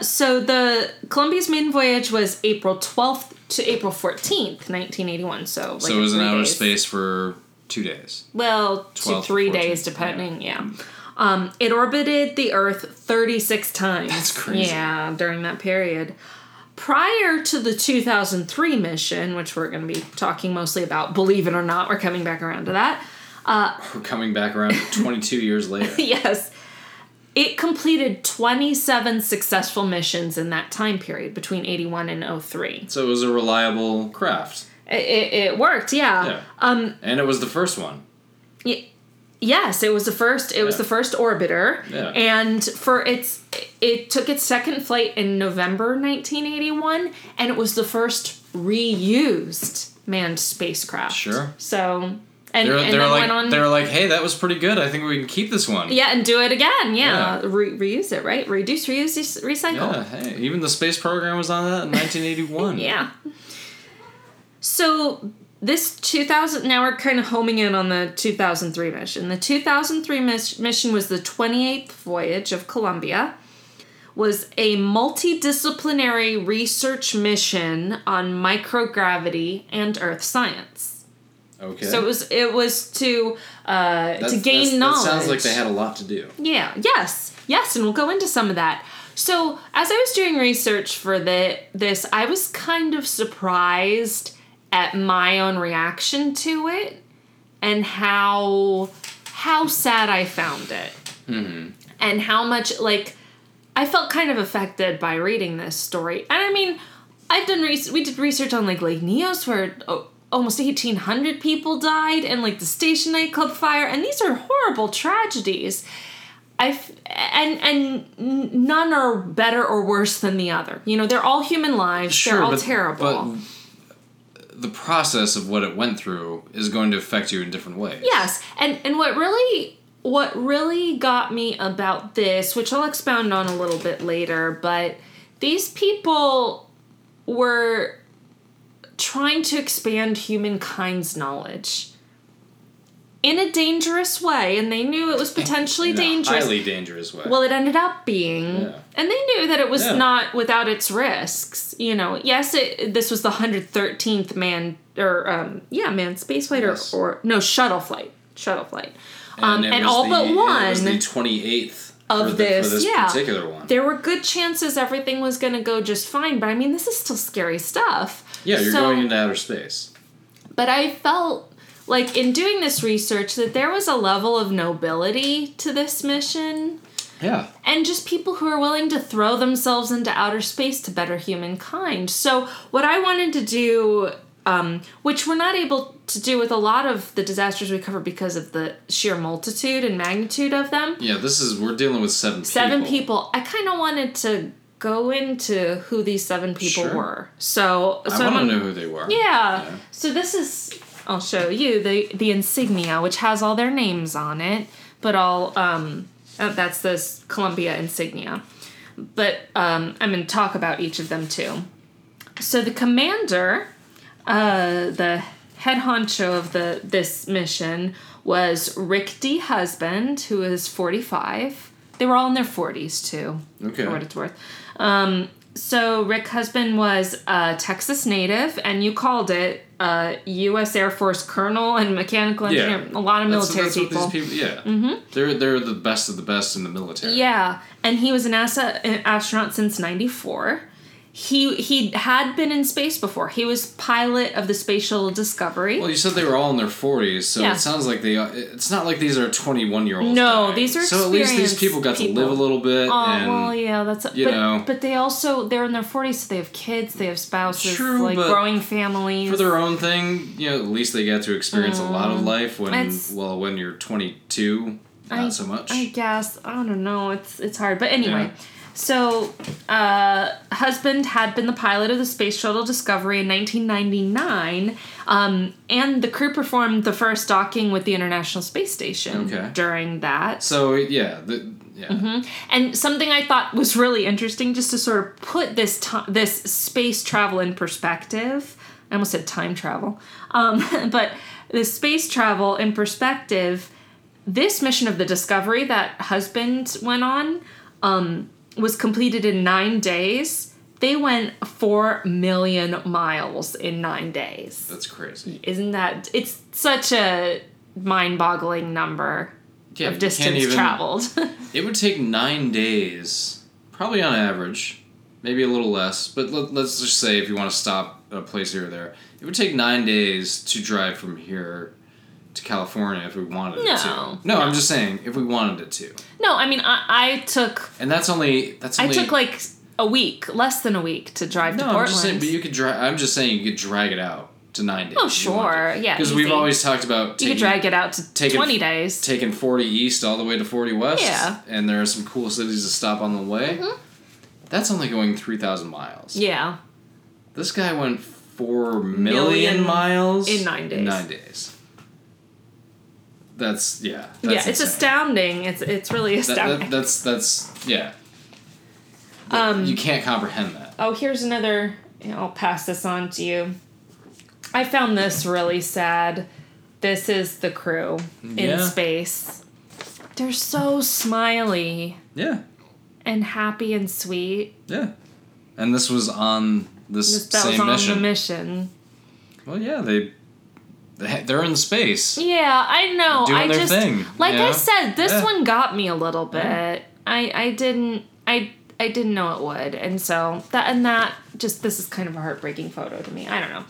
Speaker 2: So the Columbia's maiden voyage was April 12th to April 14th, 1981. So like
Speaker 3: so it was in
Speaker 2: three
Speaker 3: outer
Speaker 2: days.
Speaker 3: space for two days.
Speaker 2: Well,
Speaker 3: 12
Speaker 2: to
Speaker 3: to
Speaker 2: three
Speaker 3: 14,
Speaker 2: days,
Speaker 3: yeah.
Speaker 2: depending. Yeah. Um, it orbited the Earth 36 times.
Speaker 3: That's crazy.
Speaker 2: Yeah, during that period. Prior to the 2003 mission, which we're going to be talking mostly about, believe it or not, we're coming back around to that. *laughs*
Speaker 3: We're coming back around 22 years later.
Speaker 2: *laughs* yes. It completed 27 successful missions in that time period between 81 and 03.
Speaker 3: So it was a reliable craft.
Speaker 2: It, it, it worked, yeah.
Speaker 3: Yeah.
Speaker 2: Um,
Speaker 3: And it was the first one.
Speaker 2: Y- yes it was the first it was
Speaker 3: Yeah.
Speaker 2: the first orbiter
Speaker 3: Yeah.
Speaker 2: and for its it took its second flight in november 1981 and it was the first reused manned spacecraft
Speaker 3: Sure.
Speaker 2: so and,
Speaker 3: They're,
Speaker 2: and
Speaker 3: they're
Speaker 2: then
Speaker 3: like
Speaker 2: went on
Speaker 3: they're like, hey, that was pretty good. I think we can keep this one.
Speaker 2: yeah and do it again yeah,
Speaker 3: Yeah.
Speaker 2: Re- reuse it right reduce reuse res- recycle
Speaker 3: Yeah, hey, even the space program was on that in 1981.
Speaker 2: Yeah. So this 2000 now we're kind of homing in on the 2003 mission. The 2003 mis- mission was the 28th voyage of Columbia. Was a multidisciplinary research mission on microgravity and earth science.
Speaker 3: Okay.
Speaker 2: So it was it was to uh, to gain knowledge.
Speaker 3: That sounds like they had a lot to do.
Speaker 2: Yeah, yes. Yes, and we'll go into some of that. So, as I was doing research for the this, I was kind of surprised at my own reaction to it and how how sad I found it. And how much like I felt kind of affected by reading this story. And I mean, I've done research. We did research on like Lake Neos, where oh, almost eighteen hundred people died, and like the station nightclub fire. And these are horrible tragedies. I f- and and n- none are better or worse than the other. You know, they're all human lives. they're all terrible.
Speaker 3: But the process of what it went through is going to affect you in different ways.
Speaker 2: Yes, and and what really what really got me about this, which I'll expound on a little bit later, but these people were trying to expand humankind's knowledge in a dangerous way, and they knew it was potentially
Speaker 3: In a
Speaker 2: dangerous.
Speaker 3: highly dangerous way.
Speaker 2: Well, it ended up being,
Speaker 3: Yeah.
Speaker 2: and they knew that it was
Speaker 3: Yeah.
Speaker 2: not without its risks. You know, yes, it, this was the hundred thirteenth man or um, yeah, man space flight
Speaker 3: Yes.
Speaker 2: or, or no shuttle flight, shuttle flight, um,
Speaker 3: it
Speaker 2: and
Speaker 3: was
Speaker 2: all
Speaker 3: the-
Speaker 2: but
Speaker 3: It was the
Speaker 2: one.
Speaker 3: 28th
Speaker 2: of
Speaker 3: for
Speaker 2: this,
Speaker 3: the, for this
Speaker 2: yeah.
Speaker 3: particular one.
Speaker 2: There were good chances everything was going to go just fine, but I mean, this is still scary stuff.
Speaker 3: yeah, you're
Speaker 2: So-
Speaker 3: going into outer space.
Speaker 2: but I felt like in doing this research that there was a level of nobility to this mission.
Speaker 3: Yeah.
Speaker 2: and just people who are willing to throw themselves into outer space to better humankind. So, what I wanted to do, um, which we're not able to do with a lot of the disasters we cover because of the sheer multitude and magnitude of them,
Speaker 3: Yeah, this is we're dealing with seven
Speaker 2: seven people, I kind of wanted to go into who these seven people
Speaker 3: Sure.
Speaker 2: were. So, so
Speaker 3: I
Speaker 2: I'm-
Speaker 3: want to know who they were.
Speaker 2: yeah. So this is I'll show you the the insignia which has all their names on it, but I'll um oh, that's this Columbia insignia. But um I'm going to talk about each of them too. So the commander uh the head honcho of the this mission was Rick D. Husband, who is 45. They were all in their 40s too
Speaker 3: Okay.
Speaker 2: for what it's worth. Um, so Rick Husband was a Texas native, and you called it uh, U.S. Air Force colonel and mechanical
Speaker 3: Yeah.
Speaker 2: engineer. A lot of
Speaker 3: That's-
Speaker 2: military
Speaker 3: that's what
Speaker 2: people. Mm-hmm.
Speaker 3: these people. Yeah. They're they're the best of the best in the military.
Speaker 2: Yeah, and he was an NASA an astronaut since '94. He he had been in space before. He was pilot of the Space Shuttle Discovery.
Speaker 3: Well, you said they were all in their forties, so
Speaker 2: Yeah.
Speaker 3: it sounds like they. Are, it's not like these are twenty-one-year-olds.
Speaker 2: No,
Speaker 3: dying.
Speaker 2: these are
Speaker 3: so at least these
Speaker 2: experienced
Speaker 3: people got
Speaker 2: people.
Speaker 3: to live a little bit.
Speaker 2: Oh
Speaker 3: and
Speaker 2: well, yeah, that's
Speaker 3: you
Speaker 2: but,
Speaker 3: know.
Speaker 2: but they also they're in their 40s, so they have kids, they have spouses,
Speaker 3: True,
Speaker 2: like
Speaker 3: but
Speaker 2: growing families.
Speaker 3: for their own thing, you know, at least they got to experience a lot of life when
Speaker 2: Mm. it's-
Speaker 3: well when you're 22, not
Speaker 2: I-
Speaker 3: so much.
Speaker 2: I guess I don't know. It's it's hard, but anyway.
Speaker 3: Yeah.
Speaker 2: So, uh, husband had been the pilot of the space shuttle Discovery in 1999, um, and the crew performed the first docking with the International Space Station
Speaker 3: Okay.
Speaker 2: during that.
Speaker 3: so yeah, the, yeah,
Speaker 2: And something I thought was really interesting, just to sort of put this ti this space travel in perspective. I almost said time travel, um, *laughs* but the space travel in perspective. This mission of the Discovery that husband went on um, was completed in nine days. They went four million miles in nine days
Speaker 3: that's crazy.
Speaker 2: isn't that it's such a mind-boggling number
Speaker 3: Yeah,
Speaker 2: of
Speaker 3: you
Speaker 2: distance
Speaker 3: can't even-
Speaker 2: traveled *laughs*
Speaker 3: It would take nine days, probably on average, maybe a little less. But let, let's just say if you want to stop at a place here or there, it would take nine days to drive from here to California if we wanted it
Speaker 2: No.
Speaker 3: to. No, I'm just saying if we wanted it to.
Speaker 2: No, I mean I, I took
Speaker 3: And that's only that's
Speaker 2: I
Speaker 3: only
Speaker 2: took like a week, less than a week to drive to
Speaker 3: no. I'm
Speaker 2: Portland.
Speaker 3: just saying, but you could drag. I'm just saying you could drag it out to nine days.
Speaker 2: Oh,
Speaker 3: if you
Speaker 2: sure.
Speaker 3: wanted to.
Speaker 2: Yeah,
Speaker 3: we've
Speaker 2: easy.
Speaker 3: always talked about
Speaker 2: You could
Speaker 3: taking-
Speaker 2: drag it out to
Speaker 3: take it-
Speaker 2: twenty days.
Speaker 3: taking 40 east all the way to 40 west.
Speaker 2: Yeah. Mm-hmm.
Speaker 3: And there are some cool cities to stop on the way. That's only going 3,000 miles.
Speaker 2: yeah,
Speaker 3: This guy went 4 million,
Speaker 2: Million
Speaker 3: miles
Speaker 2: in nine days.
Speaker 3: nine days. That's, yeah. That's
Speaker 2: yeah. It's
Speaker 3: insane.
Speaker 2: astounding. It's it's really
Speaker 3: That-
Speaker 2: astounding.
Speaker 3: that- that's, that's, yeah.
Speaker 2: Um,
Speaker 3: you can't comprehend that.
Speaker 2: Oh, here's another. you know, I'll pass this on to you. I found this really sad. This is the crew in
Speaker 3: Yeah.
Speaker 2: space. They're so smiley
Speaker 3: Yeah.
Speaker 2: and happy and sweet.
Speaker 3: Yeah. And this was on this,
Speaker 2: This, that was
Speaker 3: same
Speaker 2: on
Speaker 3: mission.
Speaker 2: the mission.
Speaker 3: Well, yeah, they, they, they're in space.
Speaker 2: Yeah, I know.
Speaker 3: Doing
Speaker 2: I
Speaker 3: their
Speaker 2: just
Speaker 3: thing,
Speaker 2: like
Speaker 3: you know?
Speaker 2: I said, this
Speaker 3: Yeah.
Speaker 2: one got me a little bit. I I didn't I I didn't know it would, and so that and that just this is kind of a heartbreaking photo to me. I don't know.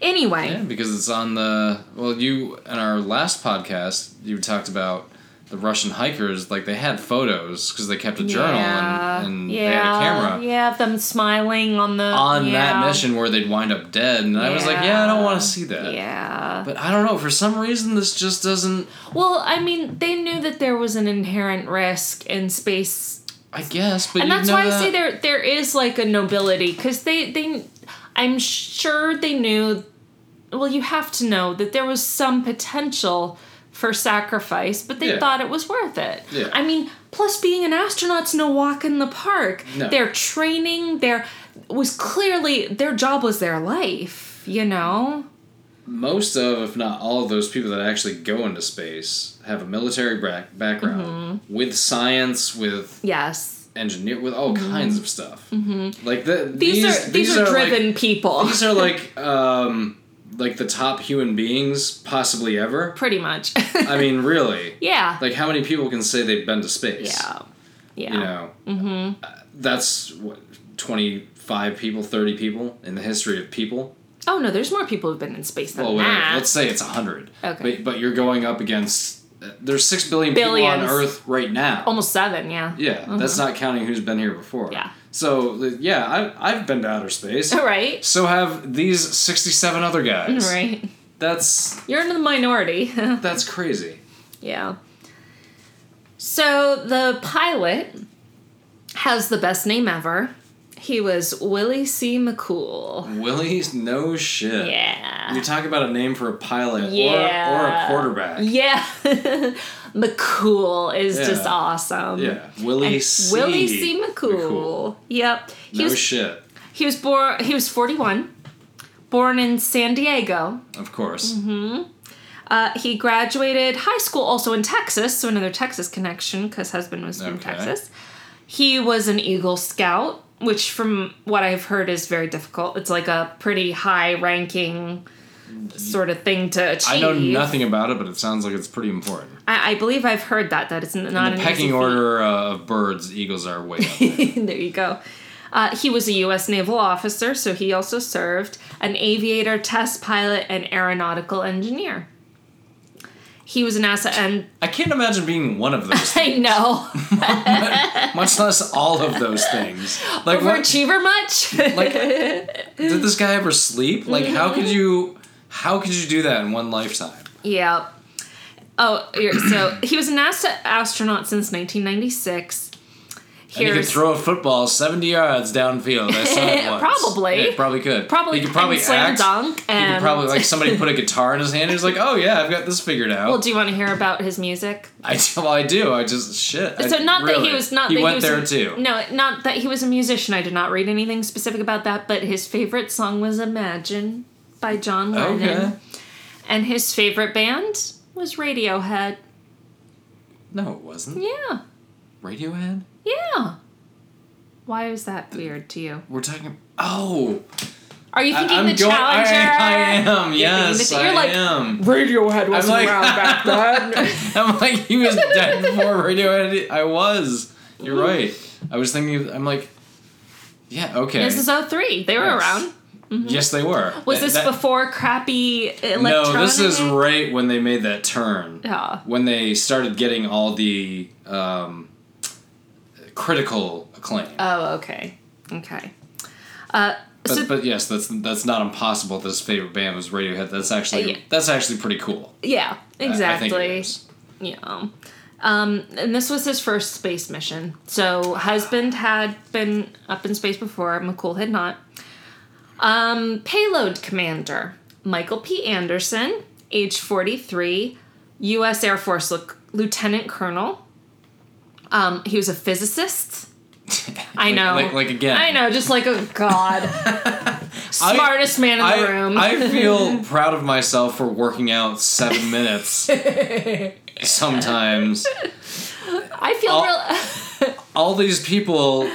Speaker 2: Anyway,
Speaker 3: Yeah, because it's on the well. You in our last podcast, you talked about the Russian hikers. Like they had photos because they kept a journal and, and they had a camera
Speaker 2: Yeah, of them smiling on the
Speaker 3: on that
Speaker 2: yeah,
Speaker 3: mission where they'd wind up dead. And I was like, yeah, I don't want to see that.
Speaker 2: Yeah.
Speaker 3: But I don't know. For some reason, this just doesn't.
Speaker 2: Well, I mean, they knew that there was an inherent risk in space,
Speaker 3: I guess, but
Speaker 2: and
Speaker 3: you
Speaker 2: that's
Speaker 3: know
Speaker 2: why
Speaker 3: that-
Speaker 2: I say there there is like a nobility because they they, I'm sure they knew. Well, you have to know that there was some potential for sacrifice, but they
Speaker 3: Yeah.
Speaker 2: thought it was worth it.
Speaker 3: Yeah.
Speaker 2: I mean, plus being an astronaut's no walk in the park.
Speaker 3: No.
Speaker 2: Their training, their was clearly their job was their life. You know.
Speaker 3: most of, if not all of those people that actually go into space have a military bra- background
Speaker 2: Mm-hmm.
Speaker 3: with science, with
Speaker 2: Yes.
Speaker 3: engineer, with all kinds of stuff. Mm-hmm. Like the,
Speaker 2: These, are these, are,
Speaker 3: like-
Speaker 2: driven people.
Speaker 3: these are like um like the top human beings possibly ever
Speaker 2: *laughs* pretty much. *laughs*
Speaker 3: i mean really
Speaker 2: yeah.
Speaker 3: like how many people can say they've been to space
Speaker 2: yeah. Yeah.
Speaker 3: you know mm-hmm. that's what 25 people 30 people in the history of people
Speaker 2: Oh no, there's more people who've been in space than
Speaker 3: well whatever
Speaker 2: that.
Speaker 3: let's say it's 100
Speaker 2: Okay.
Speaker 3: but, but you're going up against there's 6 billion people
Speaker 2: Billions. Oh
Speaker 3: on earth right now
Speaker 2: Almost seven, yeah.
Speaker 3: yeah that's not counting who's been here before
Speaker 2: Yeah.
Speaker 3: so yeah I, i've been to outer space
Speaker 2: All *laughs* *laughs*
Speaker 3: *laughs*
Speaker 2: right.
Speaker 3: so have these 67 other
Speaker 2: *laughs*
Speaker 3: guys
Speaker 2: Right.
Speaker 3: that's
Speaker 2: You're in the minority. *laughs*
Speaker 3: That's crazy.
Speaker 2: yeah. So the pilot has the best name ever. He was Willie C. McCool.
Speaker 3: Willie's no shit.
Speaker 2: Yeah.
Speaker 3: You talk about a name for a pilot or, or a
Speaker 2: Yeah. *laughs*
Speaker 3: quarterback.
Speaker 2: Yeah. McCool is
Speaker 3: Yeah.
Speaker 2: just awesome.
Speaker 3: Yeah. Willie C.
Speaker 2: Willie C. McCool. Yep. He
Speaker 3: No
Speaker 2: was
Speaker 3: shit.
Speaker 2: He was born. He was forty-one, born in San Diego.
Speaker 3: Of course.
Speaker 2: Uh, he graduated high school also in Texas, so another Texas connection because husband was from
Speaker 3: Okay.
Speaker 2: Texas. He was an Eagle Scout, which, from what I've heard, is very difficult. It's like a pretty high-ranking sort of thing to achieve.
Speaker 3: I know nothing about it, but it sounds like it's pretty important.
Speaker 2: I, I believe I've heard that that it's not
Speaker 3: the
Speaker 2: an
Speaker 3: pecking
Speaker 2: easy feat.
Speaker 3: order uh, of birds, eagles are way up. there.
Speaker 2: *laughs* there you go. Uh, he was a U.S. naval officer, so he also served an aviator, test pilot, and aeronautical engineer. He was a NASA and *laughs*
Speaker 3: I can't imagine being one of those,
Speaker 2: I know
Speaker 3: much less all of those things. Like, what,
Speaker 2: overachiever much. *laughs*
Speaker 3: like did this guy ever sleep? Like, how could
Speaker 2: Mm-hmm.
Speaker 3: you, how could you do that in one lifetime?
Speaker 2: yeah. Oh, you're- so he was a NASA astronaut since 1996.
Speaker 3: And he could
Speaker 2: Here's-
Speaker 3: throw a football 70 yards downfield. I
Speaker 2: *laughs*
Speaker 3: saw it once.
Speaker 2: Probably.
Speaker 3: Yeah, he probably could.
Speaker 2: Probably
Speaker 3: He could probably
Speaker 2: and slam
Speaker 3: act.
Speaker 2: dunk
Speaker 3: He
Speaker 2: and
Speaker 3: could probably, like,
Speaker 2: *laughs*
Speaker 3: somebody put a guitar in his hand. He was like, oh, yeah, I've got this figured out.
Speaker 2: well, do you want to hear about his music?
Speaker 3: I, well, I do. I just, shit. I-
Speaker 2: So not that
Speaker 3: really.
Speaker 2: he was not
Speaker 3: He
Speaker 2: that
Speaker 3: went
Speaker 2: he was
Speaker 3: there,
Speaker 2: a-
Speaker 3: too.
Speaker 2: No, not that he was a musician. I did not read anything specific about that, but his favorite song was Imagine by John Lennon.
Speaker 3: Okay.
Speaker 2: And his favorite band was Radiohead.
Speaker 3: No, it wasn't.
Speaker 2: Yeah.
Speaker 3: Radiohead?
Speaker 2: Yeah. Why is that weird to you?
Speaker 3: We're talking. Oh.
Speaker 2: Are you thinking
Speaker 3: I'm
Speaker 2: the
Speaker 3: going. I,
Speaker 2: challenger?
Speaker 3: I am. Yes.
Speaker 2: you're
Speaker 3: I
Speaker 2: like,
Speaker 3: am.
Speaker 2: Radiohead
Speaker 3: I'm like, *laughs* I'm like, he was dead before Radiohead. I was.
Speaker 2: Mm-hmm.
Speaker 3: You're right. I was thinking, I'm like, yeah, okay.
Speaker 2: This is 03. They were
Speaker 3: Yes.
Speaker 2: around.
Speaker 3: Yes, they were.
Speaker 2: Was
Speaker 3: That-
Speaker 2: this
Speaker 3: that-
Speaker 2: before crappy electronic?
Speaker 3: No, this is right when they made that turn.
Speaker 2: Yeah.
Speaker 3: When they started getting all the um, critical acclaim.
Speaker 2: Oh, okay. Okay. Uh,
Speaker 3: but,
Speaker 2: so,
Speaker 3: but yes, that's that's not impossible. That his favorite band was Radiohead. That's actually
Speaker 2: Uh, Yeah.
Speaker 3: that's actually pretty cool.
Speaker 2: yeah,
Speaker 3: I- I think
Speaker 2: exactly.
Speaker 3: it is.
Speaker 2: Yeah. Um, and this was his first space mission. So husband had been up in space before, McCool had not. Um, payload commander, Michael P. Anderson, age 43, U.S. Air Force lu- lieutenant colonel. Um, he was a physicist. I
Speaker 3: Like-
Speaker 2: know.
Speaker 3: like- like again.
Speaker 2: I know, just like a god. *laughs* Smartest man in the room.
Speaker 3: I feel
Speaker 2: *laughs*
Speaker 3: proud of myself for working out seven minutes. Sometimes
Speaker 2: I feel
Speaker 3: I'll-
Speaker 2: real. *laughs*
Speaker 3: all these people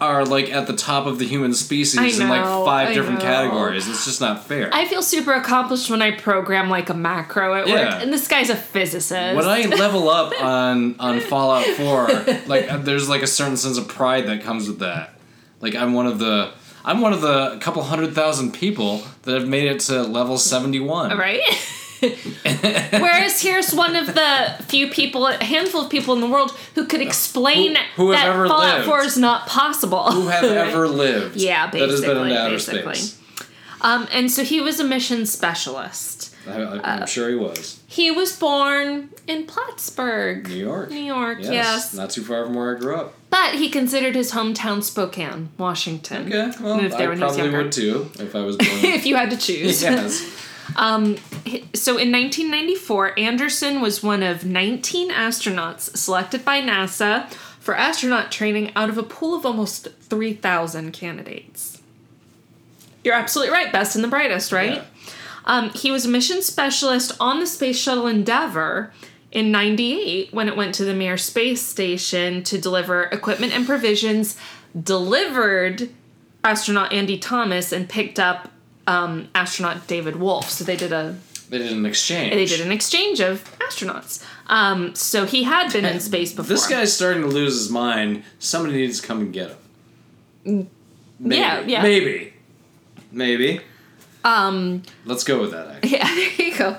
Speaker 3: are like at the top of the human species
Speaker 2: I
Speaker 3: in like
Speaker 2: know,
Speaker 3: five
Speaker 2: I
Speaker 3: different
Speaker 2: know.
Speaker 3: categories. It's just not fair.
Speaker 2: I feel super accomplished when I program like a macro at
Speaker 3: Yeah.
Speaker 2: work, and this guy's a physicist.
Speaker 3: when I
Speaker 2: *laughs*
Speaker 3: level up on on Fallout Four, like uh, there's like a certain sense of pride that comes with that. Like I'm one of the I'm one of the couple hundred thousand people that have made it to level seventy one.
Speaker 2: right?
Speaker 3: *laughs*
Speaker 2: Whereas here's one of the few people, a handful of people in the world who could explain
Speaker 3: who have
Speaker 2: that
Speaker 3: ever
Speaker 2: Fallout
Speaker 3: lived.
Speaker 2: 4 is not possible.
Speaker 3: Who
Speaker 2: *laughs*
Speaker 3: have ever lived?
Speaker 2: yeah, basically.
Speaker 3: that has been in outer
Speaker 2: basically.
Speaker 3: space.
Speaker 2: Um, and so he was a mission specialist.
Speaker 3: I, I,
Speaker 2: Uh,
Speaker 3: I'm sure he was
Speaker 2: He was born in Plattsburgh,
Speaker 3: New York.
Speaker 2: New York, yes.
Speaker 3: not too far from where I grew up.
Speaker 2: But he considered his hometown Spokane, Washington.
Speaker 3: Okay, well,
Speaker 2: Moved there
Speaker 3: I
Speaker 2: when he was
Speaker 3: probably
Speaker 2: younger.
Speaker 3: would too if I was born.
Speaker 2: *laughs* If you had to choose.
Speaker 3: yes.
Speaker 2: *laughs* So in 1994, Anderson was one of 19 astronauts selected by NASA for astronaut training out of a pool of almost 3,000 candidates. You're absolutely right, best and the brightest, right?
Speaker 3: Yeah.
Speaker 2: Um, he was a mission specialist on the Space Shuttle Endeavour in 98 when it went to the Mir Space Station to deliver equipment and provisions delivered astronaut Andy Thomas and picked up um, astronaut David Wolf. So they did a
Speaker 3: They did an exchange.
Speaker 2: they did an exchange of astronauts. Um, so he had
Speaker 3: *laughs*
Speaker 2: been in space before.
Speaker 3: This guy's starting to lose his mind. Somebody needs to come and get him. Maybe.
Speaker 2: Yeah, yeah.
Speaker 3: Maybe. Maybe.
Speaker 2: Um, *laughs*
Speaker 3: Let's go with that, actually.
Speaker 2: yeah, there you go.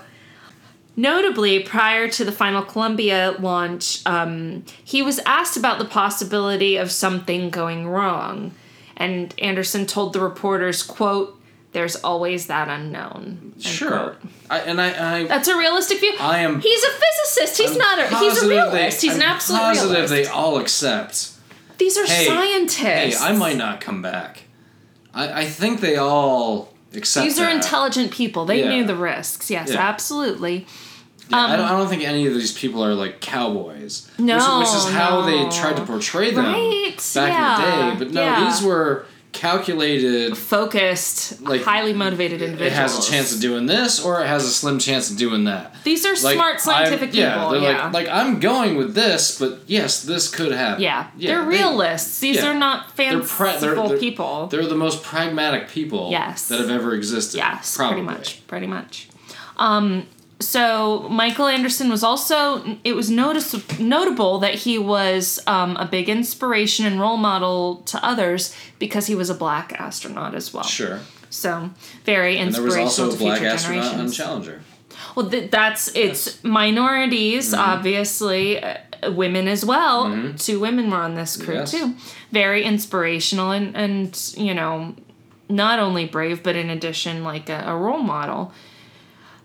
Speaker 2: Notably, prior to the final Columbia launch, um, he was asked about the possibility of something going wrong, and Anderson told the reporters, "quote There's always that unknown." end
Speaker 3: sure.
Speaker 2: quote.
Speaker 3: I, and I, I,
Speaker 2: That's a realistic view.
Speaker 3: I am-
Speaker 2: He's a physicist. He's
Speaker 3: I'm
Speaker 2: not a. He's a
Speaker 3: positive they-
Speaker 2: realist. he's an
Speaker 3: I'm
Speaker 2: absolute
Speaker 3: positive
Speaker 2: realist.
Speaker 3: they all accept.
Speaker 2: These are
Speaker 3: Hey,
Speaker 2: scientists.
Speaker 3: Hey, I might not come back. I, I think they all accept.
Speaker 2: These are
Speaker 3: that.
Speaker 2: intelligent people. They
Speaker 3: Yeah.
Speaker 2: knew the risks. Yes,
Speaker 3: Yeah.
Speaker 2: absolutely.
Speaker 3: Yeah,
Speaker 2: um,
Speaker 3: I, don't, I don't think any of these people are like cowboys.
Speaker 2: No,
Speaker 3: which, which is how
Speaker 2: no.
Speaker 3: they tried to portray them
Speaker 2: Right,
Speaker 3: back
Speaker 2: yeah,
Speaker 3: in the day. But no,
Speaker 2: yeah.
Speaker 3: these were calculated.
Speaker 2: Focused,
Speaker 3: Like,
Speaker 2: highly motivated
Speaker 3: It
Speaker 2: individuals.
Speaker 3: has a chance of doing this, or it has a slim chance of doing that.
Speaker 2: These are
Speaker 3: Like,
Speaker 2: smart scientific
Speaker 3: I'm-
Speaker 2: people.
Speaker 3: Yeah,
Speaker 2: Yeah,
Speaker 3: they're like like I'm going with this, but yes, this could happen.
Speaker 2: yeah. they're
Speaker 3: they-
Speaker 2: realists. These
Speaker 3: yeah.
Speaker 2: are not
Speaker 3: They're,
Speaker 2: fanciful
Speaker 3: pra- they're, they're-
Speaker 2: people.
Speaker 3: They're the most pragmatic people.
Speaker 2: Yes.
Speaker 3: that have ever existed.
Speaker 2: Yes,
Speaker 3: probably.
Speaker 2: pretty much, pretty much. Um, so Michael Anderson was also. It was notice notable that he was um, a big inspiration and role model to others because he was a black astronaut as well.
Speaker 3: Sure.
Speaker 2: So very
Speaker 3: And there was
Speaker 2: inspirational
Speaker 3: also a
Speaker 2: to
Speaker 3: black
Speaker 2: future
Speaker 3: astronaut on
Speaker 2: generations.
Speaker 3: Challenger.
Speaker 2: well, th- that's it's minorities, obviously, uh, women as well. Two women were on this crew
Speaker 3: Yes.
Speaker 2: too. Very inspirational and and you know, not only brave but in addition like a, a role model.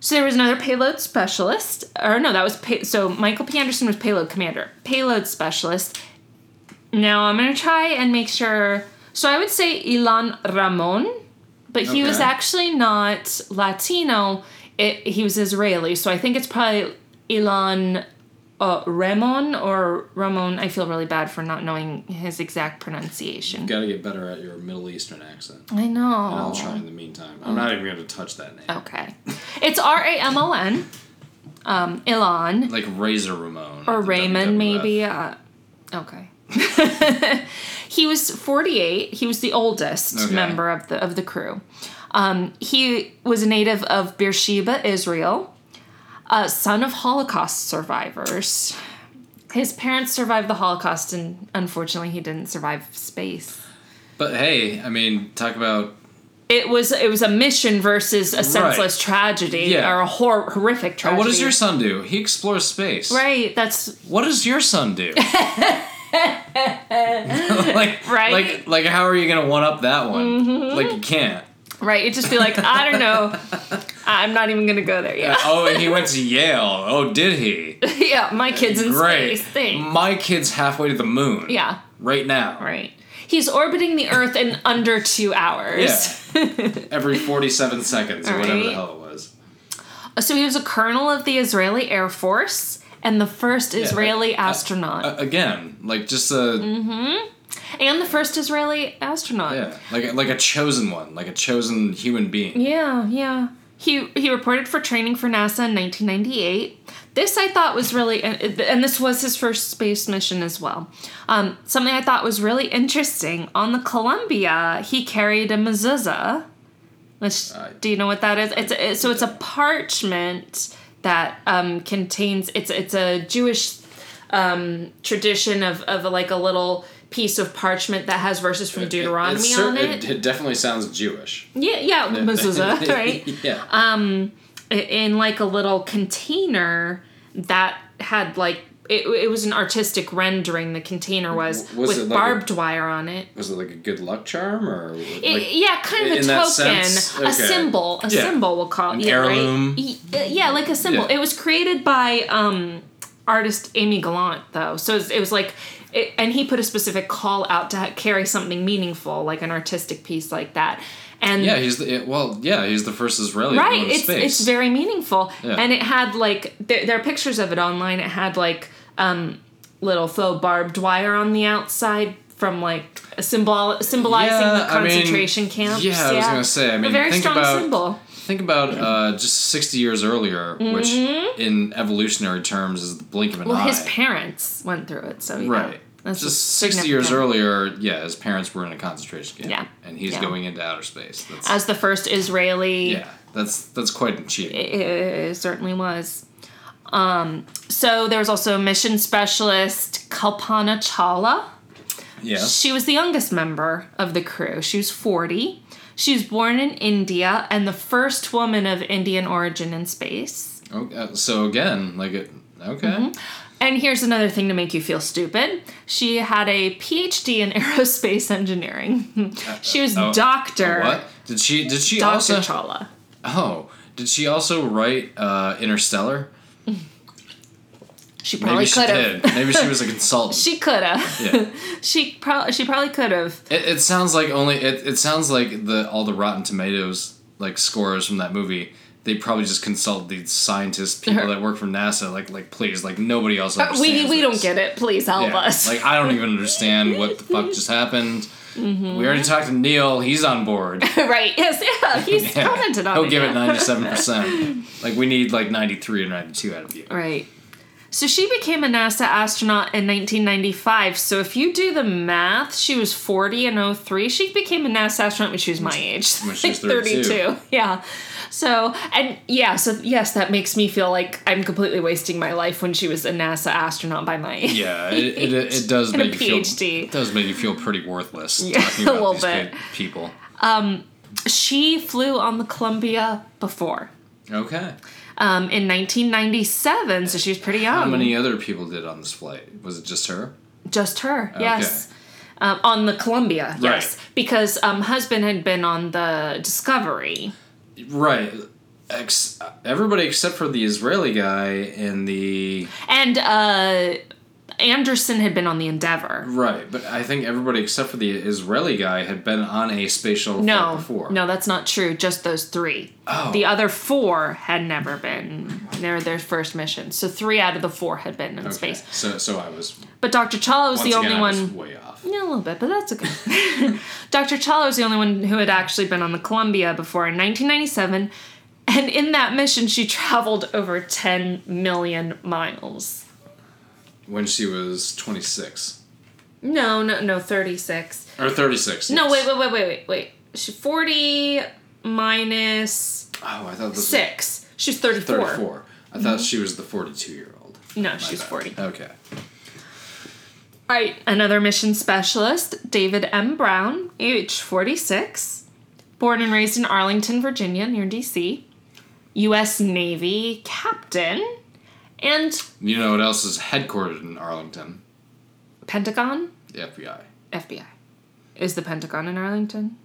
Speaker 2: So there was another payload specialist, or no, that was pay- so Michael P. Anderson was payload commander, payload specialist. Now I'm gonna try and make sure. So I would say Ilan Ramon, but he was
Speaker 3: Okay.
Speaker 2: actually not Latino. It, he was Israeli, so I think it's probably Ilan uh, Ramon or Ramon. I feel really bad for not knowing his exact pronunciation.
Speaker 3: Got to get better at your Middle Eastern accent.
Speaker 2: I know.
Speaker 3: I'll try in the meantime. I'm not even going to touch that name.
Speaker 2: Okay. It's R A M O N. Um, Elon.
Speaker 3: Like Razor Ramon
Speaker 2: Or
Speaker 3: at the
Speaker 2: Raymond,
Speaker 3: WWF.
Speaker 2: maybe. Uh, okay. *laughs* he was 48. He was the oldest
Speaker 3: Okay.
Speaker 2: member of the of the crew. Um, he was a native of Beersheba, Israel, a son of Holocaust survivors. His parents survived the Holocaust, and unfortunately, he didn't survive space.
Speaker 3: But hey, I mean, talk about
Speaker 2: it was it was a mission versus a senseless tragedy
Speaker 3: Yeah.
Speaker 2: or a hor- horrific tragedy.
Speaker 3: What does your son do? He explores space.
Speaker 2: right? That's
Speaker 3: What does your son
Speaker 2: *laughs*
Speaker 3: do? *laughs* like,
Speaker 2: Right? Mm-hmm.
Speaker 3: Like, like, how are you gonna one up that one? Like, you can't.
Speaker 2: right. It'd just be like I don't
Speaker 3: *laughs*
Speaker 2: know. I'm not even gonna go there
Speaker 3: Uh,
Speaker 2: yet.
Speaker 3: oh, and he went to Yale. Oh, did he?
Speaker 2: yeah, my kids in
Speaker 3: Great. Mm.
Speaker 2: space thing.
Speaker 3: My kid's halfway to the moon.
Speaker 2: Yeah,
Speaker 3: Right now.
Speaker 2: right. He's orbiting the Earth
Speaker 3: *laughs*
Speaker 2: in under two
Speaker 3: Yeah.
Speaker 2: hours.
Speaker 3: Every 47 seconds, or
Speaker 2: All
Speaker 3: whatever the
Speaker 2: right.
Speaker 3: hell it was.
Speaker 2: So he was a colonel of the Israeli Air Force and the first Israeli
Speaker 3: uh,
Speaker 2: astronaut.
Speaker 3: Uh, again, like just a
Speaker 2: Mm-hmm. and the first Israeli astronaut.
Speaker 3: yeah, like a- like a chosen one, like a chosen human being.
Speaker 2: Yeah, yeah. He he reported for training for NASA in 1998. This I thought was really, and and this was his first space mission as well. Um, something I thought was really interesting on the Columbia, he carried a mezuzah. Which
Speaker 3: I-
Speaker 2: do you know what that is? It's a, so it's a parchment that um, contains it's it's a Jewish um, tradition of of like a little piece of parchment that has verses from Deuteronomy
Speaker 3: It's
Speaker 2: on
Speaker 3: cer-
Speaker 2: it.
Speaker 3: it definitely sounds Jewish.
Speaker 2: Yeah, yeah,
Speaker 3: *laughs*
Speaker 2: mezuzah, right?
Speaker 3: yeah.
Speaker 2: in like a little container that had like it, it was an artistic rendering the container was,
Speaker 3: W- was it
Speaker 2: with
Speaker 3: like a-
Speaker 2: barbed wire on it.
Speaker 3: *laughs* was it like a good luck charm or like,
Speaker 2: It- yeah, kind of a
Speaker 3: in that
Speaker 2: token,
Speaker 3: sense?
Speaker 2: a
Speaker 3: Okay.
Speaker 2: symbol, a
Speaker 3: Yeah.
Speaker 2: symbol we'll call it. yeah,
Speaker 3: heirloom.
Speaker 2: Right? Y- uh, Yeah, like a symbol.
Speaker 3: Yeah.
Speaker 2: It was created by um, artist Amy Gallant, though. So it was, it was like, it, and he put a specific call out to ha- carry something meaningful, like an artistic piece like that. And
Speaker 3: yeah, he's the it, well, yeah, he's the first Israeli to
Speaker 2: right
Speaker 3: go to
Speaker 2: it's
Speaker 3: space.
Speaker 2: it's very meaningful
Speaker 3: Yeah.
Speaker 2: and it had like there, there are pictures of it online it had like um little faux barbed wire on the outside from like a symbol symbolizing
Speaker 3: Yeah,
Speaker 2: the
Speaker 3: I mean,
Speaker 2: concentration camps
Speaker 3: yeah, I was gonna say, I
Speaker 2: a
Speaker 3: mean,
Speaker 2: very
Speaker 3: think
Speaker 2: strong
Speaker 3: about-
Speaker 2: symbol
Speaker 3: Think about uh, just sixty years earlier, which in evolutionary terms is the blink of an
Speaker 2: Mm-hmm. well
Speaker 3: eye.
Speaker 2: his parents went through it so you know,
Speaker 3: right.
Speaker 2: that's
Speaker 3: just sixty years
Speaker 2: significant.
Speaker 3: earlier, yeah, his parents were in a concentration camp.
Speaker 2: Yeah.
Speaker 3: And he's
Speaker 2: Yeah.
Speaker 3: going into outer space. That's
Speaker 2: as the first israeli
Speaker 3: yeah. That's that's quite an achievement.
Speaker 2: It- it certainly was. Um, so there was also mission specialist Kalpana Chawla.
Speaker 3: Yes.
Speaker 2: She was the youngest member of the crew. She was 40. She was born in India and the first woman of Indian origin in space.
Speaker 3: Okay, uh, so again, like it okay.
Speaker 2: Mm-hmm. And here's another thing to make you feel stupid. She had a PhD in *laughs* aerospace
Speaker 3: *laughs*
Speaker 2: engineering. she was
Speaker 3: oh,
Speaker 2: Dr.
Speaker 3: What? Did she did she
Speaker 2: Dr.
Speaker 3: also
Speaker 2: Chawla.
Speaker 3: Oh, did she also write uh, Interstellar?
Speaker 2: She
Speaker 3: Maybe
Speaker 2: probably
Speaker 3: she
Speaker 2: could have.
Speaker 3: did. Maybe she was a consultant.
Speaker 2: She could
Speaker 3: *laughs*
Speaker 2: have.
Speaker 3: Yeah.
Speaker 2: she probably she probably could have.
Speaker 3: It, it sounds like only it, it sounds like the all the Rotten Tomatoes like scores from that movie. They probably just consult
Speaker 2: *laughs*
Speaker 3: the scientists, people that work from NASA. Like, like please, like nobody else understands.
Speaker 2: We we don't
Speaker 3: this.
Speaker 2: get it. Please help
Speaker 3: Yeah.
Speaker 2: us.
Speaker 3: Like I don't even understand what the fuck just happened.
Speaker 2: Mm-hmm.
Speaker 3: We already talked to Neil. He's on board.
Speaker 2: *laughs* right. Yes. Yeah. He's
Speaker 3: *laughs* Yeah.
Speaker 2: commented on
Speaker 3: He'll
Speaker 2: it.
Speaker 3: give
Speaker 2: yeah. *laughs*
Speaker 3: it ninety-seven percent. Like we need like ninety-three or ninety-two out of you.
Speaker 2: Right. So she became a NASA astronaut in 1995. So if you do the math, she was 40 in 03. She became a NASA astronaut when she was my age.
Speaker 3: When she
Speaker 2: *laughs*
Speaker 3: was
Speaker 2: Like
Speaker 3: 32.
Speaker 2: Yeah. So, and yeah, so yes, that makes me feel like I'm completely wasting my life when she was a NASA astronaut by my age.
Speaker 3: Yeah, it, it, it does
Speaker 2: And a
Speaker 3: make you
Speaker 2: PhD.
Speaker 3: feel. It does make you feel pretty worthless
Speaker 2: Yeah, *laughs*
Speaker 3: talking
Speaker 2: a
Speaker 3: about
Speaker 2: little
Speaker 3: these
Speaker 2: bit.
Speaker 3: pe- people.
Speaker 2: She flew on the Columbia before.
Speaker 3: Okay.
Speaker 2: Um, in 1997, so she was pretty young.
Speaker 3: How many other people did on this flight? Was it just her?
Speaker 2: Just her, yes. Um, on the Columbia, yes. Because um, husband had been on the Discovery.
Speaker 3: Right. Ex- everybody except for the Israeli guy and the
Speaker 2: And uh, Anderson had been on the Endeavor.
Speaker 3: right, but I think everybody except for the Israeli guy had been on a space shuttle flight
Speaker 2: No,
Speaker 3: before.
Speaker 2: no, that's not true. Just those three.
Speaker 3: Oh.
Speaker 2: The other four had never been. They were their first mission. So three out of the four had been in
Speaker 3: Okay.
Speaker 2: space.
Speaker 3: So, so I was.
Speaker 2: But Dr. Chawla was
Speaker 3: Once
Speaker 2: the only
Speaker 3: again, I was
Speaker 2: one.
Speaker 3: way off.
Speaker 2: Yeah, a little bit, but that's okay. *laughs* Dr. Chawla was the only one who had actually been on the Columbia before in 1997, and in that mission, she traveled over 10 million miles.
Speaker 3: When she was twenty six
Speaker 2: No, no, no, 36.
Speaker 3: or thirty six.
Speaker 2: No, wait, wait, wait, wait, wait, wait. She 40 minus
Speaker 3: Oh, I thought this was
Speaker 2: 6. She's 34.
Speaker 3: thirty four. I
Speaker 2: Mm-hmm.
Speaker 3: thought she was the forty two year old.
Speaker 2: No, she's 40.
Speaker 3: Okay.
Speaker 2: All right, another mission specialist, David M. Brown, age 46. born and raised in Arlington, Virginia, near D.C., U.S. Navy captain, and
Speaker 3: You know what else is headquartered in Arlington?
Speaker 2: Pentagon
Speaker 3: The FBI.
Speaker 2: FBI. Is the Pentagon in Arlington?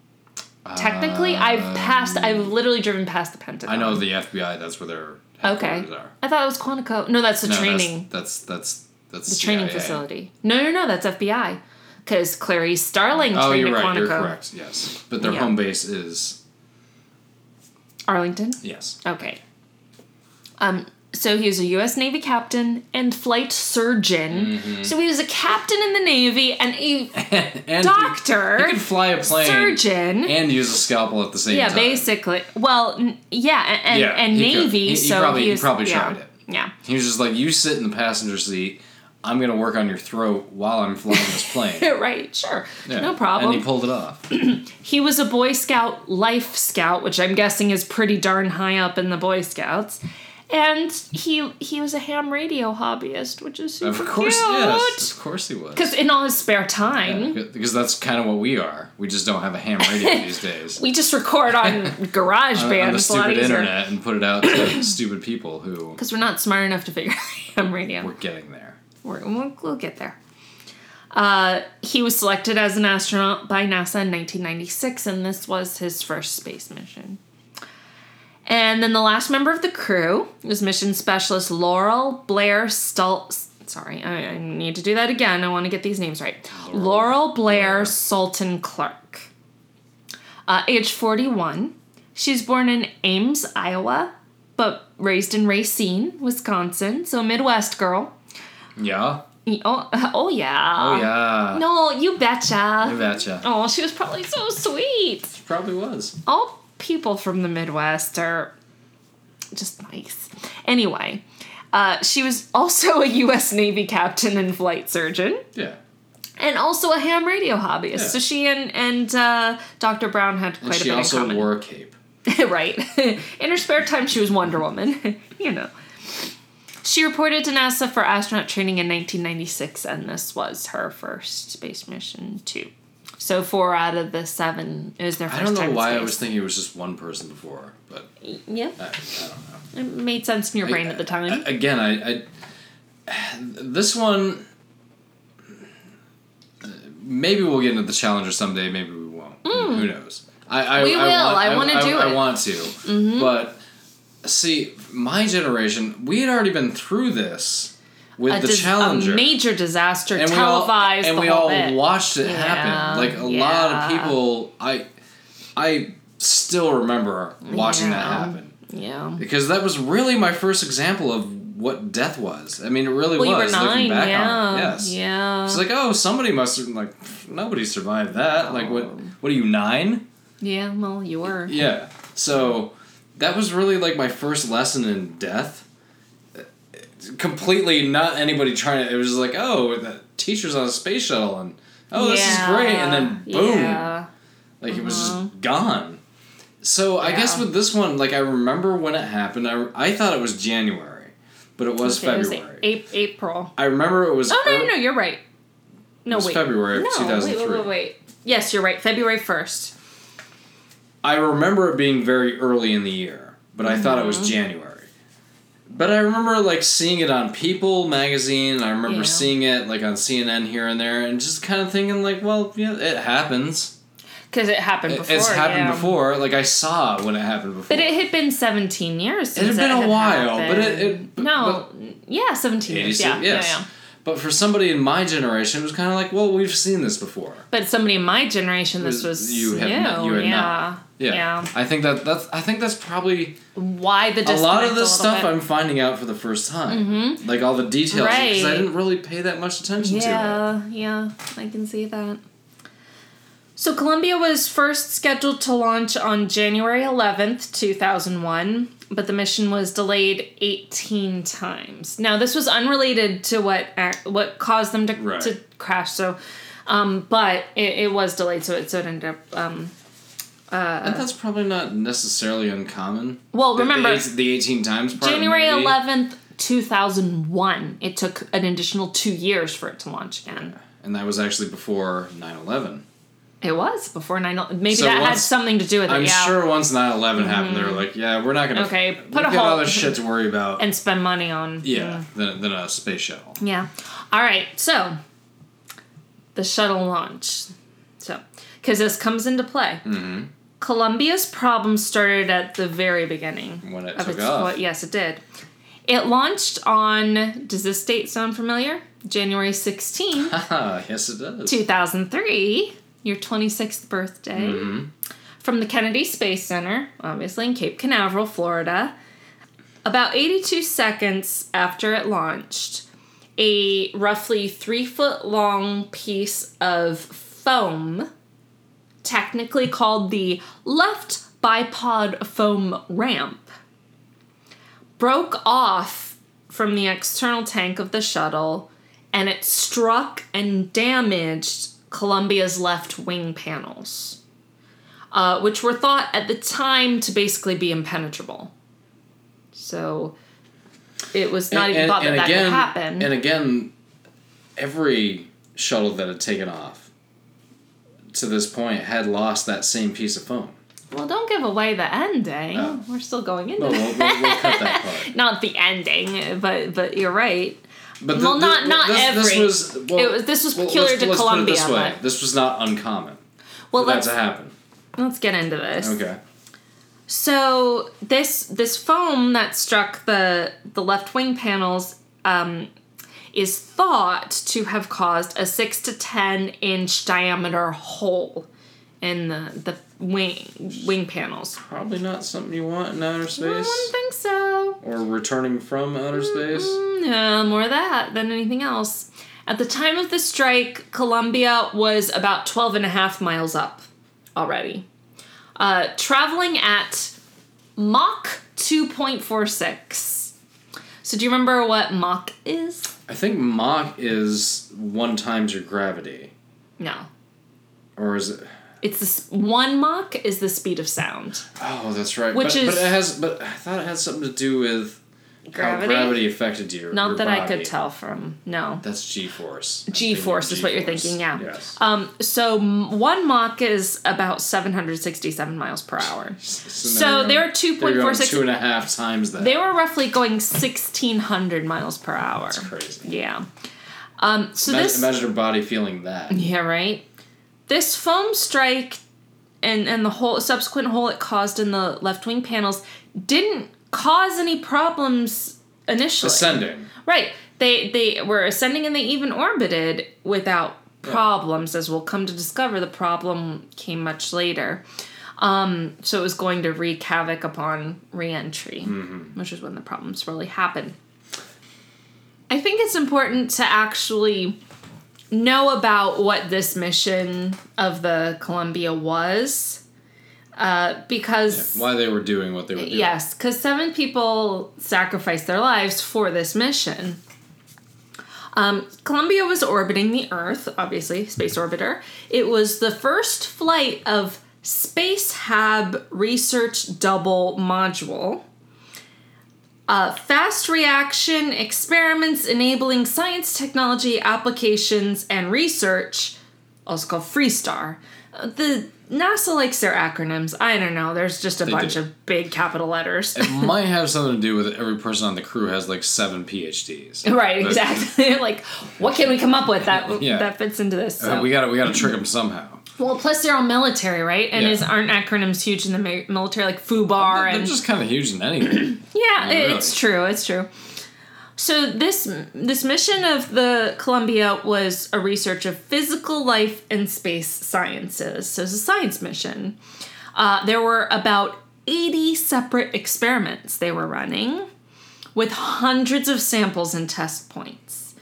Speaker 2: Technically, I've passed. I've literally driven past the Pentagon.
Speaker 3: Um, I know the FBI. That's where their
Speaker 2: Okay.
Speaker 3: headquarters are.
Speaker 2: I thought it was Quantico. No, that's the
Speaker 3: No, that's-
Speaker 2: training.
Speaker 3: That's that's that's
Speaker 2: the training
Speaker 3: CIA.
Speaker 2: facility. No, no, no. That's FBI. Because Clarice Starling
Speaker 3: Oh,
Speaker 2: trained
Speaker 3: you're
Speaker 2: at
Speaker 3: right.
Speaker 2: Quantico.
Speaker 3: You're correct. Yes, but their
Speaker 2: Yeah.
Speaker 3: home base is
Speaker 2: Arlington.
Speaker 3: yes. *laughs*
Speaker 2: Okay. Um, so he was a U.S. Navy captain and flight surgeon.
Speaker 3: Mm-hmm.
Speaker 2: So he was a captain in the Navy
Speaker 3: *laughs*
Speaker 2: and a
Speaker 3: and
Speaker 2: doctor,
Speaker 3: You could fly a plane
Speaker 2: surgeon.
Speaker 3: and use a scalpel at the same
Speaker 2: yeah,
Speaker 3: time.
Speaker 2: basically. Well, n- yeah, and and,
Speaker 3: Yeah,
Speaker 2: and
Speaker 3: he could.
Speaker 2: Navy.
Speaker 3: He- he
Speaker 2: so
Speaker 3: probably-
Speaker 2: he
Speaker 3: he
Speaker 2: was,
Speaker 3: probably
Speaker 2: yeah,
Speaker 3: tried it.
Speaker 2: Yeah. *laughs*
Speaker 3: He was just like, "You sit in the passenger seat. I'm gonna work on your throat while I'm flying
Speaker 2: *laughs*
Speaker 3: this plane."
Speaker 2: Right, sure.
Speaker 3: Yeah.
Speaker 2: No problem.
Speaker 3: And he pulled it
Speaker 2: *clears throat*
Speaker 3: off.
Speaker 2: He was a Boy Scout life scout, which I'm guessing is pretty darn high up in the Boy Scouts. And he he was a ham radio hobbyist, which is super
Speaker 3: Of course,
Speaker 2: cute.
Speaker 3: yes, of course he was.
Speaker 2: Because in all his spare time,
Speaker 3: Because that's kind of what we are. We just don't have a ham radio
Speaker 2: *laughs*
Speaker 3: these days.
Speaker 2: we just record
Speaker 3: *laughs*
Speaker 2: on GarageBand.
Speaker 3: on, on the
Speaker 2: it's a lot
Speaker 3: stupid
Speaker 2: easier
Speaker 3: internet and put it out to *coughs* stupid people who
Speaker 2: because we're not smart enough to figure *laughs* out ham radio.
Speaker 3: were getting there.
Speaker 2: We're, we'll, we'll get there. Uh, he was selected as an astronaut by NASA in 1996, and this was his first space mission. And then the last member of the crew was mission specialist Laurel Blair Stult. Sorry, I, I need to do that again. I want to get these names right. Laurel, Blair Sultan Clark, uh, age 41. She's born in Ames, Iowa, but raised in Racine, Wisconsin, so a Midwest girl.
Speaker 3: Yeah.
Speaker 2: Oh, *laughs* oh yeah.
Speaker 3: Oh yeah.
Speaker 2: No, you betcha.
Speaker 3: I betcha.
Speaker 2: Oh, she was probably so sweet.
Speaker 3: Probably was.
Speaker 2: All people from the Midwest are just nice. Anyway, uh, she was also a U.S. Navy captain and flight surgeon,
Speaker 3: Yeah.
Speaker 2: and also a ham radio hobbyist. So she and and uh, Dr. Brown had quite
Speaker 3: And
Speaker 2: a
Speaker 3: she
Speaker 2: bit in
Speaker 3: also
Speaker 2: common.
Speaker 3: wore a cape.
Speaker 2: *laughs* right. In her spare time, she was Wonder Woman. *laughs* you know. She reported to NASA for astronaut training in 1996, and this was her first space mission, too. So, four out of the seven it was their first
Speaker 3: I don't know
Speaker 2: time in
Speaker 3: why I was
Speaker 2: space.
Speaker 3: thinking it was just one person before, but
Speaker 2: Yeah,
Speaker 3: I, I don't know.
Speaker 2: it made sense in your brain at the time.
Speaker 3: A- again, I, I this one maybe we'll get into the challenger someday. Maybe we won't. Who knows? I, I
Speaker 2: Hmm. We
Speaker 3: I
Speaker 2: will.
Speaker 3: want-
Speaker 2: I wanna do
Speaker 3: I,
Speaker 2: it. Mm-hmm.
Speaker 3: want to, but see, my generation, we had already been through this with
Speaker 2: A
Speaker 3: the
Speaker 2: dis-
Speaker 3: challenger.
Speaker 2: A major disaster
Speaker 3: and we all
Speaker 2: televised.
Speaker 3: and
Speaker 2: the
Speaker 3: we
Speaker 2: whole
Speaker 3: all
Speaker 2: bit.
Speaker 3: watched it
Speaker 2: Yeah,
Speaker 3: happen. Like a lot of
Speaker 2: yeah.
Speaker 3: people, I I still remember watching that
Speaker 2: Yeah.
Speaker 3: happen
Speaker 2: Yeah.
Speaker 3: because that was really my first example of what death was. I mean, it really
Speaker 2: Well, you were
Speaker 3: was.
Speaker 2: nine,
Speaker 3: looking back
Speaker 2: yeah.
Speaker 3: on it. Yes.
Speaker 2: Yeah.
Speaker 3: It's like, oh, somebody must have like pff, nobody survived that. Like, what?
Speaker 2: Oh.
Speaker 3: What are you nine?
Speaker 2: yeah, well, you were.
Speaker 3: Yeah. So that was really like my first lesson in death. It's Completely not anybody trying to. It was just like, oh, the teacher's on a space shuttle, and oh, this is great, and then
Speaker 2: Yeah.
Speaker 3: boom,
Speaker 2: Yeah.
Speaker 3: like it was
Speaker 2: Uh-huh.
Speaker 3: just gone. So I guess with this one, like I remember when it happened. I, I thought it was January, but it was
Speaker 2: It was
Speaker 3: February.
Speaker 2: Ap- April.
Speaker 3: I remember it was.
Speaker 2: Oh no,
Speaker 3: ear-
Speaker 2: no, no, you're right. No,
Speaker 3: was
Speaker 2: wait.
Speaker 3: February of
Speaker 2: no, Wait,
Speaker 3: 2003.
Speaker 2: wait, wait, wait. Yes, you're right. February first.
Speaker 3: I remember it being very early in the year, but I thought it
Speaker 2: Mm-hmm.
Speaker 3: was January. But I remember like seeing it on People magazine. and I remember
Speaker 2: Yeah.
Speaker 3: seeing it like on CNN here and there, and just kind of thinking like, well, yeah, it happens.
Speaker 2: Because it happened
Speaker 3: It-
Speaker 2: before.
Speaker 3: it's happened
Speaker 2: yeah.
Speaker 3: before. Like I saw it when it happened before.
Speaker 2: But it had been 17 years
Speaker 3: had
Speaker 2: since
Speaker 3: been a
Speaker 2: had
Speaker 3: while, but it-
Speaker 2: happened.
Speaker 3: it- but-
Speaker 2: no, yeah, 17 years.
Speaker 3: 86
Speaker 2: Yeah,
Speaker 3: yes.
Speaker 2: yeah, yeah.
Speaker 3: But for somebody in my generation, it was kind of like, well, we've seen this before.
Speaker 2: But somebody in my generation, this was
Speaker 3: you had
Speaker 2: new.
Speaker 3: not- you had
Speaker 2: yeah,
Speaker 3: Yeah. I think that that's I think that's probably
Speaker 2: Why the
Speaker 3: a
Speaker 2: disconnect
Speaker 3: lot of this
Speaker 2: little
Speaker 3: stuff
Speaker 2: bit?
Speaker 3: I'm finding out for the first time. Mm-hmm. Like all the details because I
Speaker 2: Right.
Speaker 3: didn't really pay that much attention to it.
Speaker 2: Yeah, yeah, I can see that. So Columbia was first scheduled to launch on January 11th, 2001, but the mission was delayed 18 times. Now, this was unrelated to what ac- what caused them to,
Speaker 3: Right.
Speaker 2: to crash, so um, but it, it was delayed, so it, so it ended up. Um,
Speaker 3: and that's probably not necessarily uncommon.
Speaker 2: well,
Speaker 3: The- the
Speaker 2: remember,
Speaker 3: eight- the, 18 times part
Speaker 2: January
Speaker 3: maybe.
Speaker 2: 11th, 2001, it took an additional two years for it to launch again.
Speaker 3: and that was actually before 9/11.
Speaker 2: It was before 9 11. Maybe
Speaker 3: So
Speaker 2: that had
Speaker 3: once-
Speaker 2: something to do with it,
Speaker 3: I'm
Speaker 2: yeah. Mm-hmm.
Speaker 3: sure once 9 11 happened, they were like, yeah, we're not going to.
Speaker 2: Okay,
Speaker 3: we
Speaker 2: put a
Speaker 3: got all
Speaker 2: halt-
Speaker 3: this shit to worry about.
Speaker 2: And spend money on.
Speaker 3: yeah, than, than a space shuttle. *laughs*
Speaker 2: Yeah. All right. So the shuttle launch. So, because this comes into play.
Speaker 3: Mm-hmm.
Speaker 2: Columbia's problem started at the very beginning.
Speaker 3: When it
Speaker 2: of
Speaker 3: took
Speaker 2: its
Speaker 3: off.
Speaker 2: flight- yes, it did. It launched on, does this date sound familiar? January 16,
Speaker 3: Ah, yes, it does.
Speaker 2: 2003, your 26th birthday, from the Kennedy Space Center, obviously in Cape Canaveral, Florida. About 82 seconds after it launched, a roughly three foot long piece of foam, technically called the left bipod foam ramp, broke off from the external tank of the shuttle and it struck and damaged Columbia's left wing panels, uh, which were thought at the time to basically be impenetrable. So it was not even thought that that could happen.
Speaker 3: And again, every shuttle that had taken off to this point had lost that same piece of foam.
Speaker 2: Well, don't give away the ending.
Speaker 3: Oh.
Speaker 2: We're still going into
Speaker 3: *laughs* Well, we'll, we'll,
Speaker 2: it.
Speaker 3: we'll cut that part.
Speaker 2: not the ending, but but you're right.
Speaker 3: *laughs* But
Speaker 2: Well,
Speaker 3: thi-
Speaker 2: not-
Speaker 3: thi-
Speaker 2: not
Speaker 3: this,
Speaker 2: every-
Speaker 3: This was, well,
Speaker 2: it was- this was
Speaker 3: well,
Speaker 2: peculiar
Speaker 3: let's-
Speaker 2: to
Speaker 3: let's put it this
Speaker 2: Colombia,
Speaker 3: way.
Speaker 2: but-
Speaker 3: This was not uncommon
Speaker 2: Well,
Speaker 3: for that
Speaker 2: let's
Speaker 3: to happen.
Speaker 2: let's get into this.
Speaker 3: Okay.
Speaker 2: So this this foam that struck the the left wing panels um, is thought to have caused a six to ten inch diameter hole in the the wing wing panels.
Speaker 3: Probably not something you want in outer
Speaker 2: I
Speaker 3: space
Speaker 2: wouldn't think so.
Speaker 3: or returning from outer space.
Speaker 2: Mm-hmm. No, Uh, more of that than anything else. At the time of the strike, Columbia was about 12 and a half miles up already, uh, traveling at Mach 2.46. So, do you remember what Mach is?
Speaker 3: I think Mach is one times your gravity.
Speaker 2: No.
Speaker 3: Or is it?
Speaker 2: It's this one Mach is the speed of sound.
Speaker 3: Oh, that's right.
Speaker 2: Which
Speaker 3: but,
Speaker 2: is-
Speaker 3: but it has. But I thought it had something to do with
Speaker 2: Gravity?
Speaker 3: how gravity affected your.
Speaker 2: Not
Speaker 3: your
Speaker 2: that I
Speaker 3: body.
Speaker 2: could tell from. No.
Speaker 3: That's G force.
Speaker 2: G force is what you're thinking, yeah.
Speaker 3: Yes.
Speaker 2: Um, so m- one Mach is about 767 miles per hour. so
Speaker 3: now you're
Speaker 2: they
Speaker 3: going-
Speaker 2: were 2.46
Speaker 3: they're going Two and a half times that.
Speaker 2: They were roughly going 1,600 miles per hour.
Speaker 3: crazy.
Speaker 2: Yeah. Um, so
Speaker 3: imagine,
Speaker 2: this.
Speaker 3: imagine your body feeling that.
Speaker 2: Yeah, right? This foam strike and, and the whole subsequent hole it caused in the left wing panels didn't cause any problems initially.
Speaker 3: Ascending.
Speaker 2: Right. They they were ascending and they even orbited without problems, as we'll come to discover. The problem came much later. Um, so it was going to wreak havoc upon reentry, which is when the problems really happened. I think it's important to actually know about what this mission of the Columbia was, uh, because
Speaker 3: Why they were doing what they were doing.
Speaker 2: Yes, because seven people sacrificed their lives for this mission. Um, Columbia was orbiting the Earth, obviously, space orbiter. It was the first flight of Space Hab Research Double Module. Uh, fast reaction experiments enabling science, technology, applications, and research, also called Freestar. Uh, The NASA likes their acronyms. I don't know. There's just a bunch
Speaker 3: do.
Speaker 2: of big capital letters.
Speaker 3: Might have something to do with every person on the crew has like seven PhDs.
Speaker 2: *laughs* right,
Speaker 3: But-
Speaker 2: exactly. *laughs* like, what can we come up with that
Speaker 3: Yeah.
Speaker 2: that fits into this?
Speaker 3: Uh,
Speaker 2: So-
Speaker 3: we got to we got to trick them somehow.
Speaker 2: well, plus they're all military, right? And
Speaker 3: Yeah.
Speaker 2: is aren't acronyms huge in the mi- military, like FUBAR
Speaker 3: They're
Speaker 2: and
Speaker 3: just kind of huge
Speaker 2: *clears throat*
Speaker 3: in anything.
Speaker 2: Yeah, it-
Speaker 3: really.
Speaker 2: it's true. It's true. So this this mission of the Columbia was a research of physical life and space sciences. So it's a science mission. Uh, there were about eighty separate experiments they were running, with hundreds of samples and test points.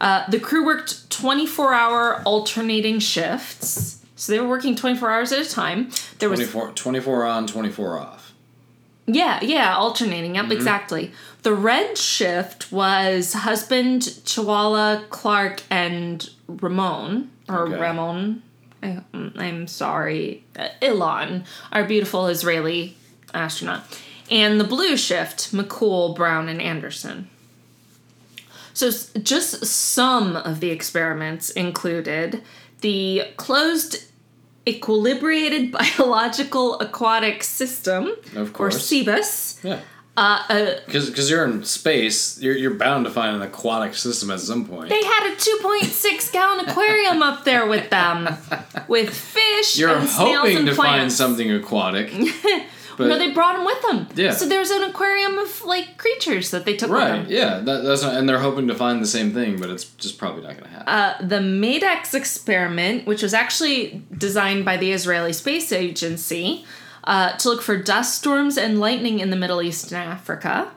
Speaker 2: Uh, the crew worked twenty four hour alternating shifts, so they were working twenty four hours at a time. There was
Speaker 3: 24, 24 on, twenty four off.
Speaker 2: yeah, yeah, alternating. Yep, exactly. The red shift was husband Chihuahua Clark and Ramon or
Speaker 3: Okay.
Speaker 2: Ramon. I, I'm sorry, uh, Ilan, our beautiful Israeli astronaut, and the blue shift McCool, Brown, and Anderson. So, s- just some of the experiments included the closed Equilibrated *laughs* Biological Aquatic System,
Speaker 3: Of
Speaker 2: or
Speaker 3: course.
Speaker 2: CBIS.
Speaker 3: Yeah.
Speaker 2: Uh, uh,
Speaker 3: Because you're in space, you're, you're bound to find an aquatic system at some point.
Speaker 2: they had a 2.6 gallon aquarium up there with them, with fish
Speaker 3: You're
Speaker 2: and snails
Speaker 3: hoping
Speaker 2: and
Speaker 3: to find
Speaker 2: plants.
Speaker 3: something
Speaker 2: *laughs*
Speaker 3: aquatic. but,
Speaker 2: no, they brought them with them.
Speaker 3: Yeah.
Speaker 2: So there's an aquarium of like creatures that they took with
Speaker 3: right,
Speaker 2: them.
Speaker 3: yeah, that, that's not, and they're hoping to find the same thing, but it's just probably not going to happen.
Speaker 2: Uh, the MADEX experiment, which was actually designed by the Israeli Space Agency uh, to look for dust storms and lightning in the Middle East and Africa.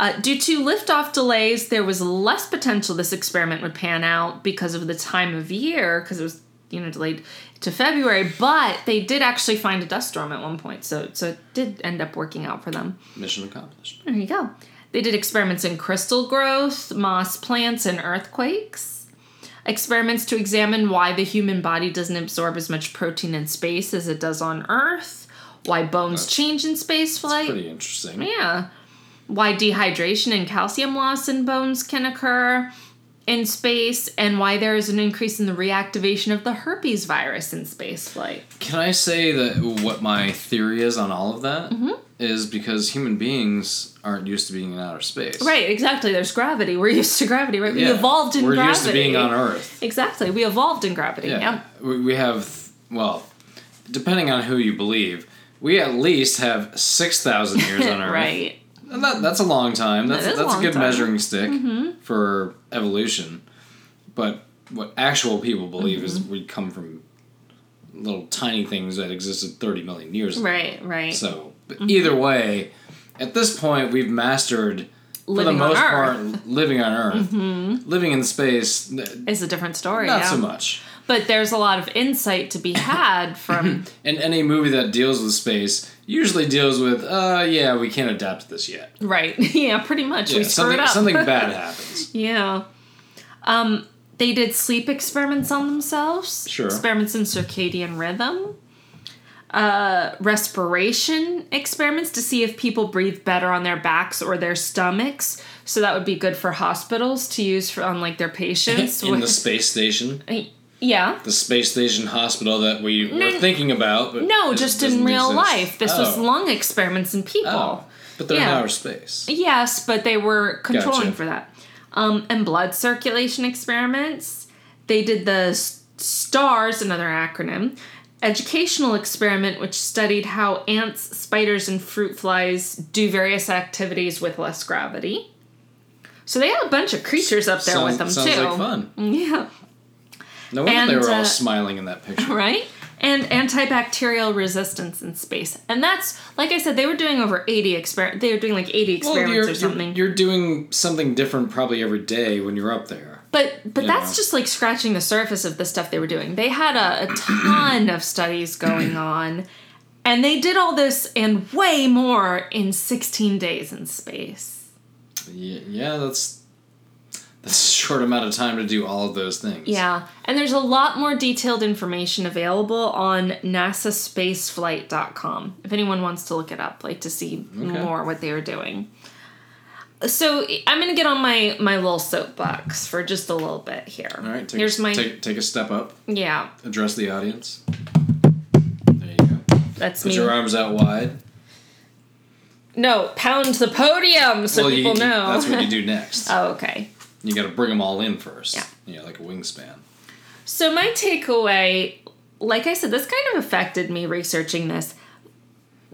Speaker 2: Uh, due to liftoff delays, there was less potential this experiment would pan out because of the time of year, because it was you know delayed to February. But they did actually find a dust storm at one point, so so it did end up working out for them.
Speaker 3: Mission accomplished.
Speaker 2: There you go. They did experiments in crystal growth, moss plants, and earthquakes. Experiments to examine why the human body doesn't absorb as much protein in space as it does on Earth, why bones
Speaker 3: That's-
Speaker 2: change in space flight.
Speaker 3: Pretty interesting.
Speaker 2: Yeah. Why dehydration and calcium loss in bones can occur in space, and why there is an increase in the reactivation of the herpes virus in space flight.
Speaker 3: Can I say that what my theory is on all of that
Speaker 2: Mm-hmm.
Speaker 3: is because human beings aren't used to being in outer space.
Speaker 2: Right, exactly. There's gravity. We're used to gravity, right?
Speaker 3: Yeah.
Speaker 2: We evolved in
Speaker 3: We're
Speaker 2: gravity.
Speaker 3: used to being on Earth.
Speaker 2: Exactly. We evolved in gravity. Yeah.
Speaker 3: Yeah. We, we have, well, depending on who you believe, we at least have 6,000
Speaker 2: *laughs*
Speaker 3: years on Earth.
Speaker 2: right.
Speaker 3: And that, that's a long time. That's,
Speaker 2: That is a
Speaker 3: that's a
Speaker 2: long
Speaker 3: good
Speaker 2: time. Mm-hmm.
Speaker 3: measuring stick for evolution. But what actual people believe is
Speaker 2: Mm-hmm.
Speaker 3: we come from little tiny things that existed 30 million years ago.
Speaker 2: Right, Mm-hmm. right.
Speaker 3: So, but either way, at this point, we've mastered.
Speaker 2: Living
Speaker 3: for the
Speaker 2: on
Speaker 3: most
Speaker 2: Earth. Mm-hmm.
Speaker 3: part,
Speaker 2: *laughs*
Speaker 3: living on Earth, living in space, n-
Speaker 2: It's a different story.
Speaker 3: not
Speaker 2: yeah.
Speaker 3: so much.
Speaker 2: But there's a lot of insight to be
Speaker 3: *laughs*
Speaker 2: had from
Speaker 3: And any movie that deals with space usually deals with, uh, yeah, we can't adapt to this yet.
Speaker 2: right. *laughs* Yeah, pretty much.
Speaker 3: Yeah,
Speaker 2: we screwed
Speaker 3: something,
Speaker 2: up. *laughs*
Speaker 3: something bad happens.
Speaker 2: Yeah. Um, they did sleep experiments on themselves.
Speaker 3: Sure.
Speaker 2: Experiments in circadian rhythm. Uh, respiration experiments to see if people breathe better on their backs or their stomachs. So that would be good for hospitals to use for on
Speaker 3: *laughs*
Speaker 2: like their patients.
Speaker 3: In the space station,
Speaker 2: yeah.
Speaker 3: the space station hospital that we were
Speaker 2: no.
Speaker 3: thinking about, but
Speaker 2: No,
Speaker 3: it
Speaker 2: just
Speaker 3: doesn't
Speaker 2: in real
Speaker 3: exist.
Speaker 2: life. This was
Speaker 3: Oh.
Speaker 2: lung experiments in people.
Speaker 3: Oh. But they're
Speaker 2: Yeah.
Speaker 3: in outer space.
Speaker 2: Yes, but they were controlling
Speaker 3: Gotcha.
Speaker 2: for that. Um, and blood circulation experiments. They did the S- STARS, another acronym, educational experiment, which studied how ants, spiders, and fruit flies do various activities with less gravity. So they had a bunch of creatures up there
Speaker 3: sounds,
Speaker 2: with them
Speaker 3: sounds
Speaker 2: too.
Speaker 3: like fun.
Speaker 2: *laughs* Yeah,
Speaker 3: No wonder they
Speaker 2: And,
Speaker 3: were all
Speaker 2: uh,
Speaker 3: smiling in that
Speaker 2: *laughs*
Speaker 3: picture.
Speaker 2: right? And antibacterial resistance in space. And that's, like I said, they were doing over 80 experiments. They were doing like 80 experiments
Speaker 3: you're,
Speaker 2: or
Speaker 3: you're-
Speaker 2: something.
Speaker 3: You're, doing something different probably every day when you're up there.
Speaker 2: But but
Speaker 3: You
Speaker 2: that's
Speaker 3: know.
Speaker 2: just like scratching the surface of the stuff they were doing. They had a, a ton of studies
Speaker 3: *clears throat*
Speaker 2: going on, and they did all this and way more in 16 days in space.
Speaker 3: Yeah, yeah that's that's a short amount of time to do all of those things.
Speaker 2: Yeah, and there's a lot more detailed information available on nasaspaceflight.com if anyone wants to look it up, like to see more what they were doing. So I'm gonna get on my my little soapbox for just a little bit here.
Speaker 3: All right, take,
Speaker 2: here's
Speaker 3: a,
Speaker 2: my
Speaker 3: take, take a step up.
Speaker 2: yeah.
Speaker 3: Address the audience. There you go. Put
Speaker 2: That's me.
Speaker 3: your arms out wide.
Speaker 2: No, pound the podium so
Speaker 3: you,
Speaker 2: people
Speaker 3: you-
Speaker 2: know. *laughs*
Speaker 3: That's what you do next.
Speaker 2: oh, okay.
Speaker 3: you got to bring them all in first.
Speaker 2: Yeah.
Speaker 3: You know, like a wingspan.
Speaker 2: So my takeaway, like I said, this kind of affected me researching this.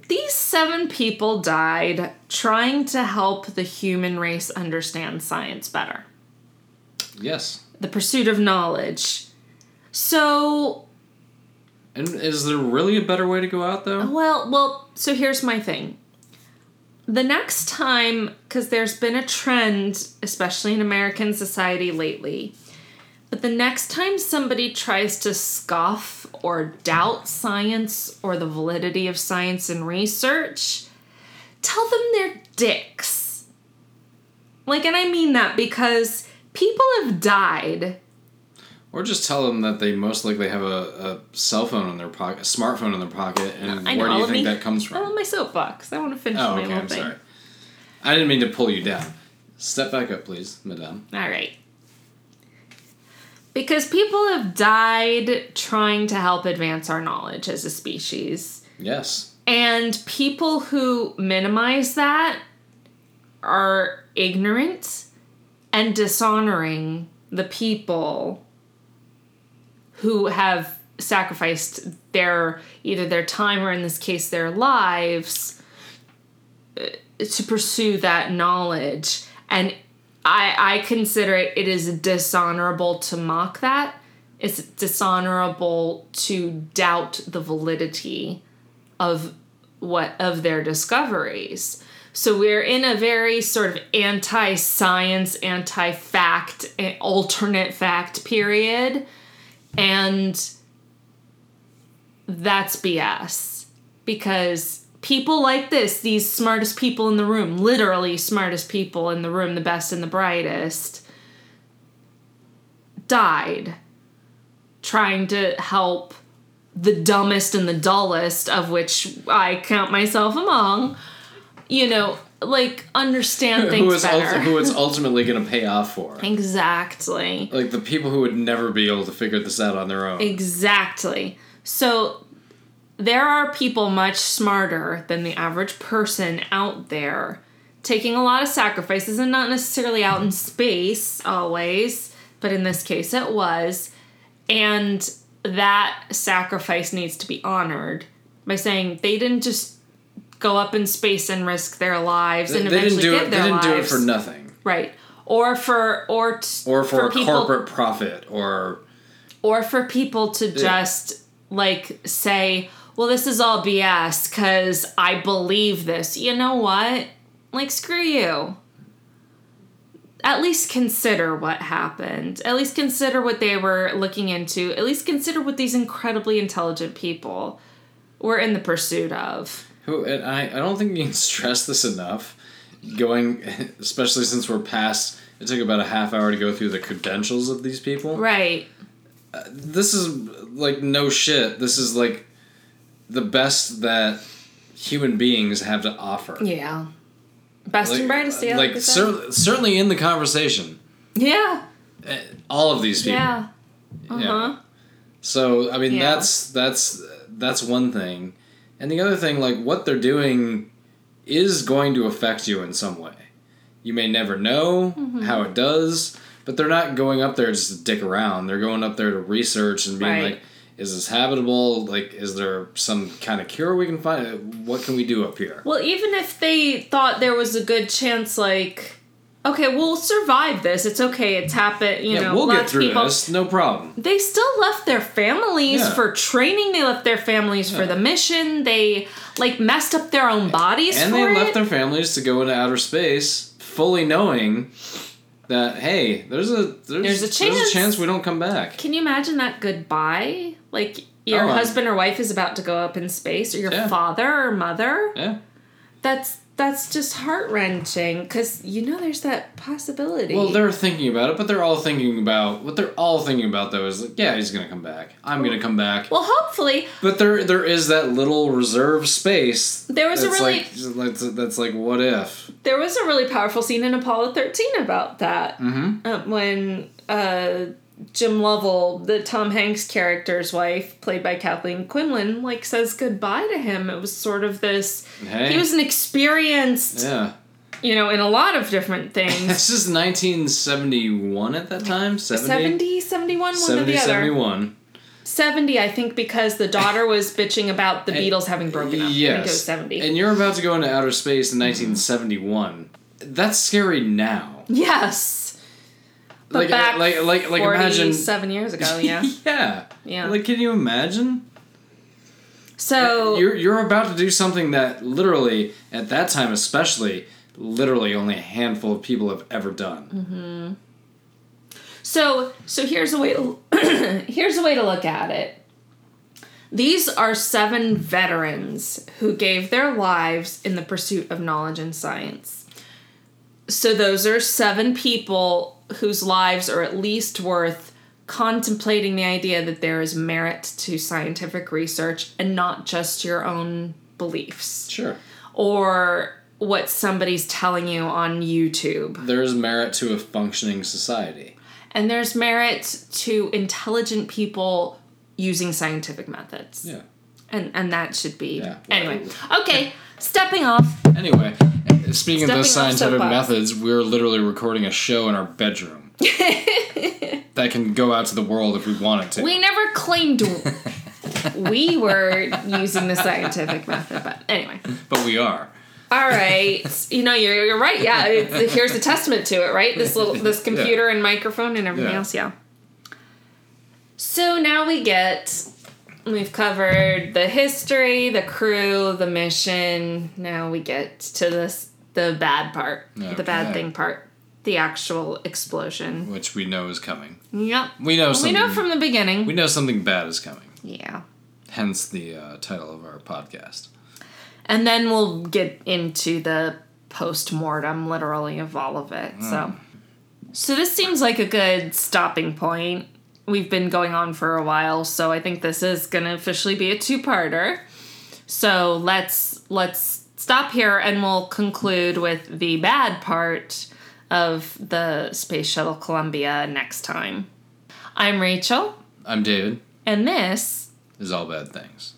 Speaker 2: These seven people died trying to help the human race understand science better.
Speaker 3: Yes.
Speaker 2: The pursuit of knowledge. So,
Speaker 3: And is there really a better way to go out though?
Speaker 2: well, well, so here's my thing. The next time, because there's been a trend, especially in American society lately, But the next time somebody tries to scoff or doubt science or the validity of science and research, tell them they're dicks. Like, and I mean that because people have died.
Speaker 3: Or just tell them that they most likely have a, a cell phone in their pocket, a smartphone in their pocket, and
Speaker 2: I know
Speaker 3: where do
Speaker 2: all
Speaker 3: you
Speaker 2: of
Speaker 3: think
Speaker 2: me-
Speaker 3: that comes
Speaker 2: I'm on *laughs*
Speaker 3: from?
Speaker 2: my soapbox. I want to finish my
Speaker 3: Oh, okay.
Speaker 2: little
Speaker 3: I'm
Speaker 2: thing.
Speaker 3: sorry. I didn't mean to pull you down. Step back up, please, madame.
Speaker 2: All right. Because people have died trying to help advance our knowledge as a species.
Speaker 3: Yes.
Speaker 2: And people who minimize that are ignorant and dishonoring the people who have sacrificed their either their time or in this case their lives uh, to pursue that knowledge and i i consider it it is dishonorable to mock that it's dishonorable to doubt the validity of what of their discoveries so we're in a very sort of anti science, anti fact, alternate fact period. And that's BS because people like this, these smartest people in the room, literally smartest people in the room, the best and the brightest, died trying to help the dumbest and the dullest, of which I count myself among you know, like understand things
Speaker 3: Who is
Speaker 2: better.
Speaker 3: ult-
Speaker 2: *laughs*
Speaker 3: who it's ultimately going to pay off for?
Speaker 2: exactly.
Speaker 3: Like the people who would never be able to figure this out on their own.
Speaker 2: Exactly. So there are people much smarter than the average person out there taking a lot of sacrifices and not necessarily out in space always, but in this case it was. And that sacrifice needs to be honored by saying they didn't just go up in space and risk their lives
Speaker 3: They
Speaker 2: and
Speaker 3: didn't
Speaker 2: eventually
Speaker 3: do
Speaker 2: give
Speaker 3: it. They
Speaker 2: their
Speaker 3: didn't
Speaker 2: lives.
Speaker 3: do it for nothing,
Speaker 2: Right. Or for or t-
Speaker 3: or for, a
Speaker 2: people
Speaker 3: corporate profit, or
Speaker 2: or for people to just like say, "Well, this is all BS cuz I believe this." You know what? Like screw you. At least consider what happened. At least consider what they were looking into. At least consider what these incredibly intelligent people were in the pursuit of.
Speaker 3: Who and I, I don't think you can stress this enough. Going, *laughs* especially since we're past. It took about a half hour to go through the credentials of these people.
Speaker 2: Right.
Speaker 3: This is like no shit. This is like the best that human beings have to offer.
Speaker 2: Yeah. Best and brightest, yeah.
Speaker 3: like
Speaker 2: I said.
Speaker 3: cer- certainly in the conversation,
Speaker 2: yeah.
Speaker 3: uh, all of these people.
Speaker 2: Yeah. Uh-huh.
Speaker 3: So I mean,
Speaker 2: Yeah.
Speaker 3: that's that's that's one thing, and the other thing, like what they're doing, is going to affect you in some way. You may never know
Speaker 2: Mm-hmm.
Speaker 3: how it does, but they're not going up there just to dick around. They're going up there to research and being
Speaker 2: Right.
Speaker 3: like, is this habitable? Like, is there some kind of cure we can find? What can we do up here?
Speaker 2: Well, even if they thought there was a good chance, like, okay, we'll survive this. It's okay. It's happened. You
Speaker 3: yeah,
Speaker 2: know,
Speaker 3: we'll
Speaker 2: lots
Speaker 3: get through
Speaker 2: of people.
Speaker 3: this, no problem.
Speaker 2: They still left their families
Speaker 3: Yeah.
Speaker 2: for training. They left their families for the mission. They like messed up their own bodies
Speaker 3: And
Speaker 2: for
Speaker 3: they
Speaker 2: it.
Speaker 3: left their families to go into outer space, fully knowing that hey, there's a
Speaker 2: There's a chance.
Speaker 3: chance we don't come back.
Speaker 2: Can you imagine that goodbye? Like your
Speaker 3: Oh, um,
Speaker 2: husband or wife is about to go up in space, or your
Speaker 3: Yeah.
Speaker 2: father or mother.
Speaker 3: Yeah.
Speaker 2: That's that's just heart wrenching because you know there's that possibility.
Speaker 3: Well, they're thinking about it, but they're all thinking about what they're all thinking about though is like, yeah, he's gonna come back. I'm gonna come back.
Speaker 2: well, hopefully
Speaker 3: But there, there is that little reserve space.
Speaker 2: There was a
Speaker 3: that's
Speaker 2: really-
Speaker 3: like, that's, that's like, what if?
Speaker 2: There was a really powerful scene in Apollo 13 about that. Mm-hmm. Uh, when uh, Jim Lovell, the Tom Hanks character's wife, played by Kathleen Quinlan, like says goodbye to him. It was sort of this.
Speaker 3: Hey.
Speaker 2: He was an experienced,
Speaker 3: Yeah,
Speaker 2: you know, in a lot of different things.
Speaker 3: *laughs* this is 1971 at that time.
Speaker 2: 70,
Speaker 3: 70,
Speaker 2: 71, one or
Speaker 3: 70
Speaker 2: the other.
Speaker 3: 71.
Speaker 2: 70, I think, because the daughter was bitching about the Beatles having broken up. I think it was
Speaker 3: Yes,
Speaker 2: 70.
Speaker 3: and you're about to go into outer space in 1971. That's scary now.
Speaker 2: yes. But
Speaker 3: Like, uh,
Speaker 2: back
Speaker 3: like, like, like, imagine.
Speaker 2: seven years ago, Oh, yeah.
Speaker 3: *laughs* yeah.
Speaker 2: Yeah.
Speaker 3: Like, can you imagine?
Speaker 2: So
Speaker 3: You're you're about to do something that literally at that time, especially, literally only a handful of people have ever done.
Speaker 2: Mm. So so here's a way to *clears throat* here's a way to look at it. These are seven veterans who gave their lives in the pursuit of knowledge and science. So those are seven people whose lives are at least worth contemplating the idea that there is merit to scientific research and not just your own beliefs
Speaker 3: Sure,
Speaker 2: or what somebody's telling you on YouTube.
Speaker 3: there is merit to a functioning society.
Speaker 2: And there's merit to intelligent people using scientific methods.
Speaker 3: Yeah.
Speaker 2: And and that should be
Speaker 3: Yeah,
Speaker 2: anyway.
Speaker 3: whatever.
Speaker 2: Okay, stepping off.
Speaker 3: Anyway, speaking of
Speaker 2: Stepping off
Speaker 3: those scientific
Speaker 2: soapbox.
Speaker 3: methods, we're literally recording a show in our
Speaker 2: *laughs*
Speaker 3: bedroom that can go out to the world if we want it to.
Speaker 2: We never
Speaker 3: *laughs*
Speaker 2: claimed we were using the scientific method, but anyway.
Speaker 3: but we are.
Speaker 2: All right, you know you're, you're right. Yeah, it's, here's a testament to it, right? This little
Speaker 3: *laughs*
Speaker 2: this computer and microphone and everything
Speaker 3: Yeah.
Speaker 2: else. Yeah. So now we get we've covered the history, the crew, the mission. Now we get to this the bad part, the bad
Speaker 3: Okay.
Speaker 2: thing part, the actual explosion.
Speaker 3: Which we know is coming.
Speaker 2: Yep.
Speaker 3: We know
Speaker 2: We
Speaker 3: something.
Speaker 2: know from the beginning.
Speaker 3: we know something bad is coming.
Speaker 2: yeah.
Speaker 3: Hence the uh, title of our podcast.
Speaker 2: And then we'll get into the post mortem, literally, of all of it. So, so this seems like a good stopping point. We've been going on for a while, so I think this is going to officially be a two parter. So let's let's stop here, and we'll conclude with the bad part of the space shuttle Columbia next time. I'm Rachel,
Speaker 3: I'm David.
Speaker 2: and this
Speaker 3: This Is all bad things.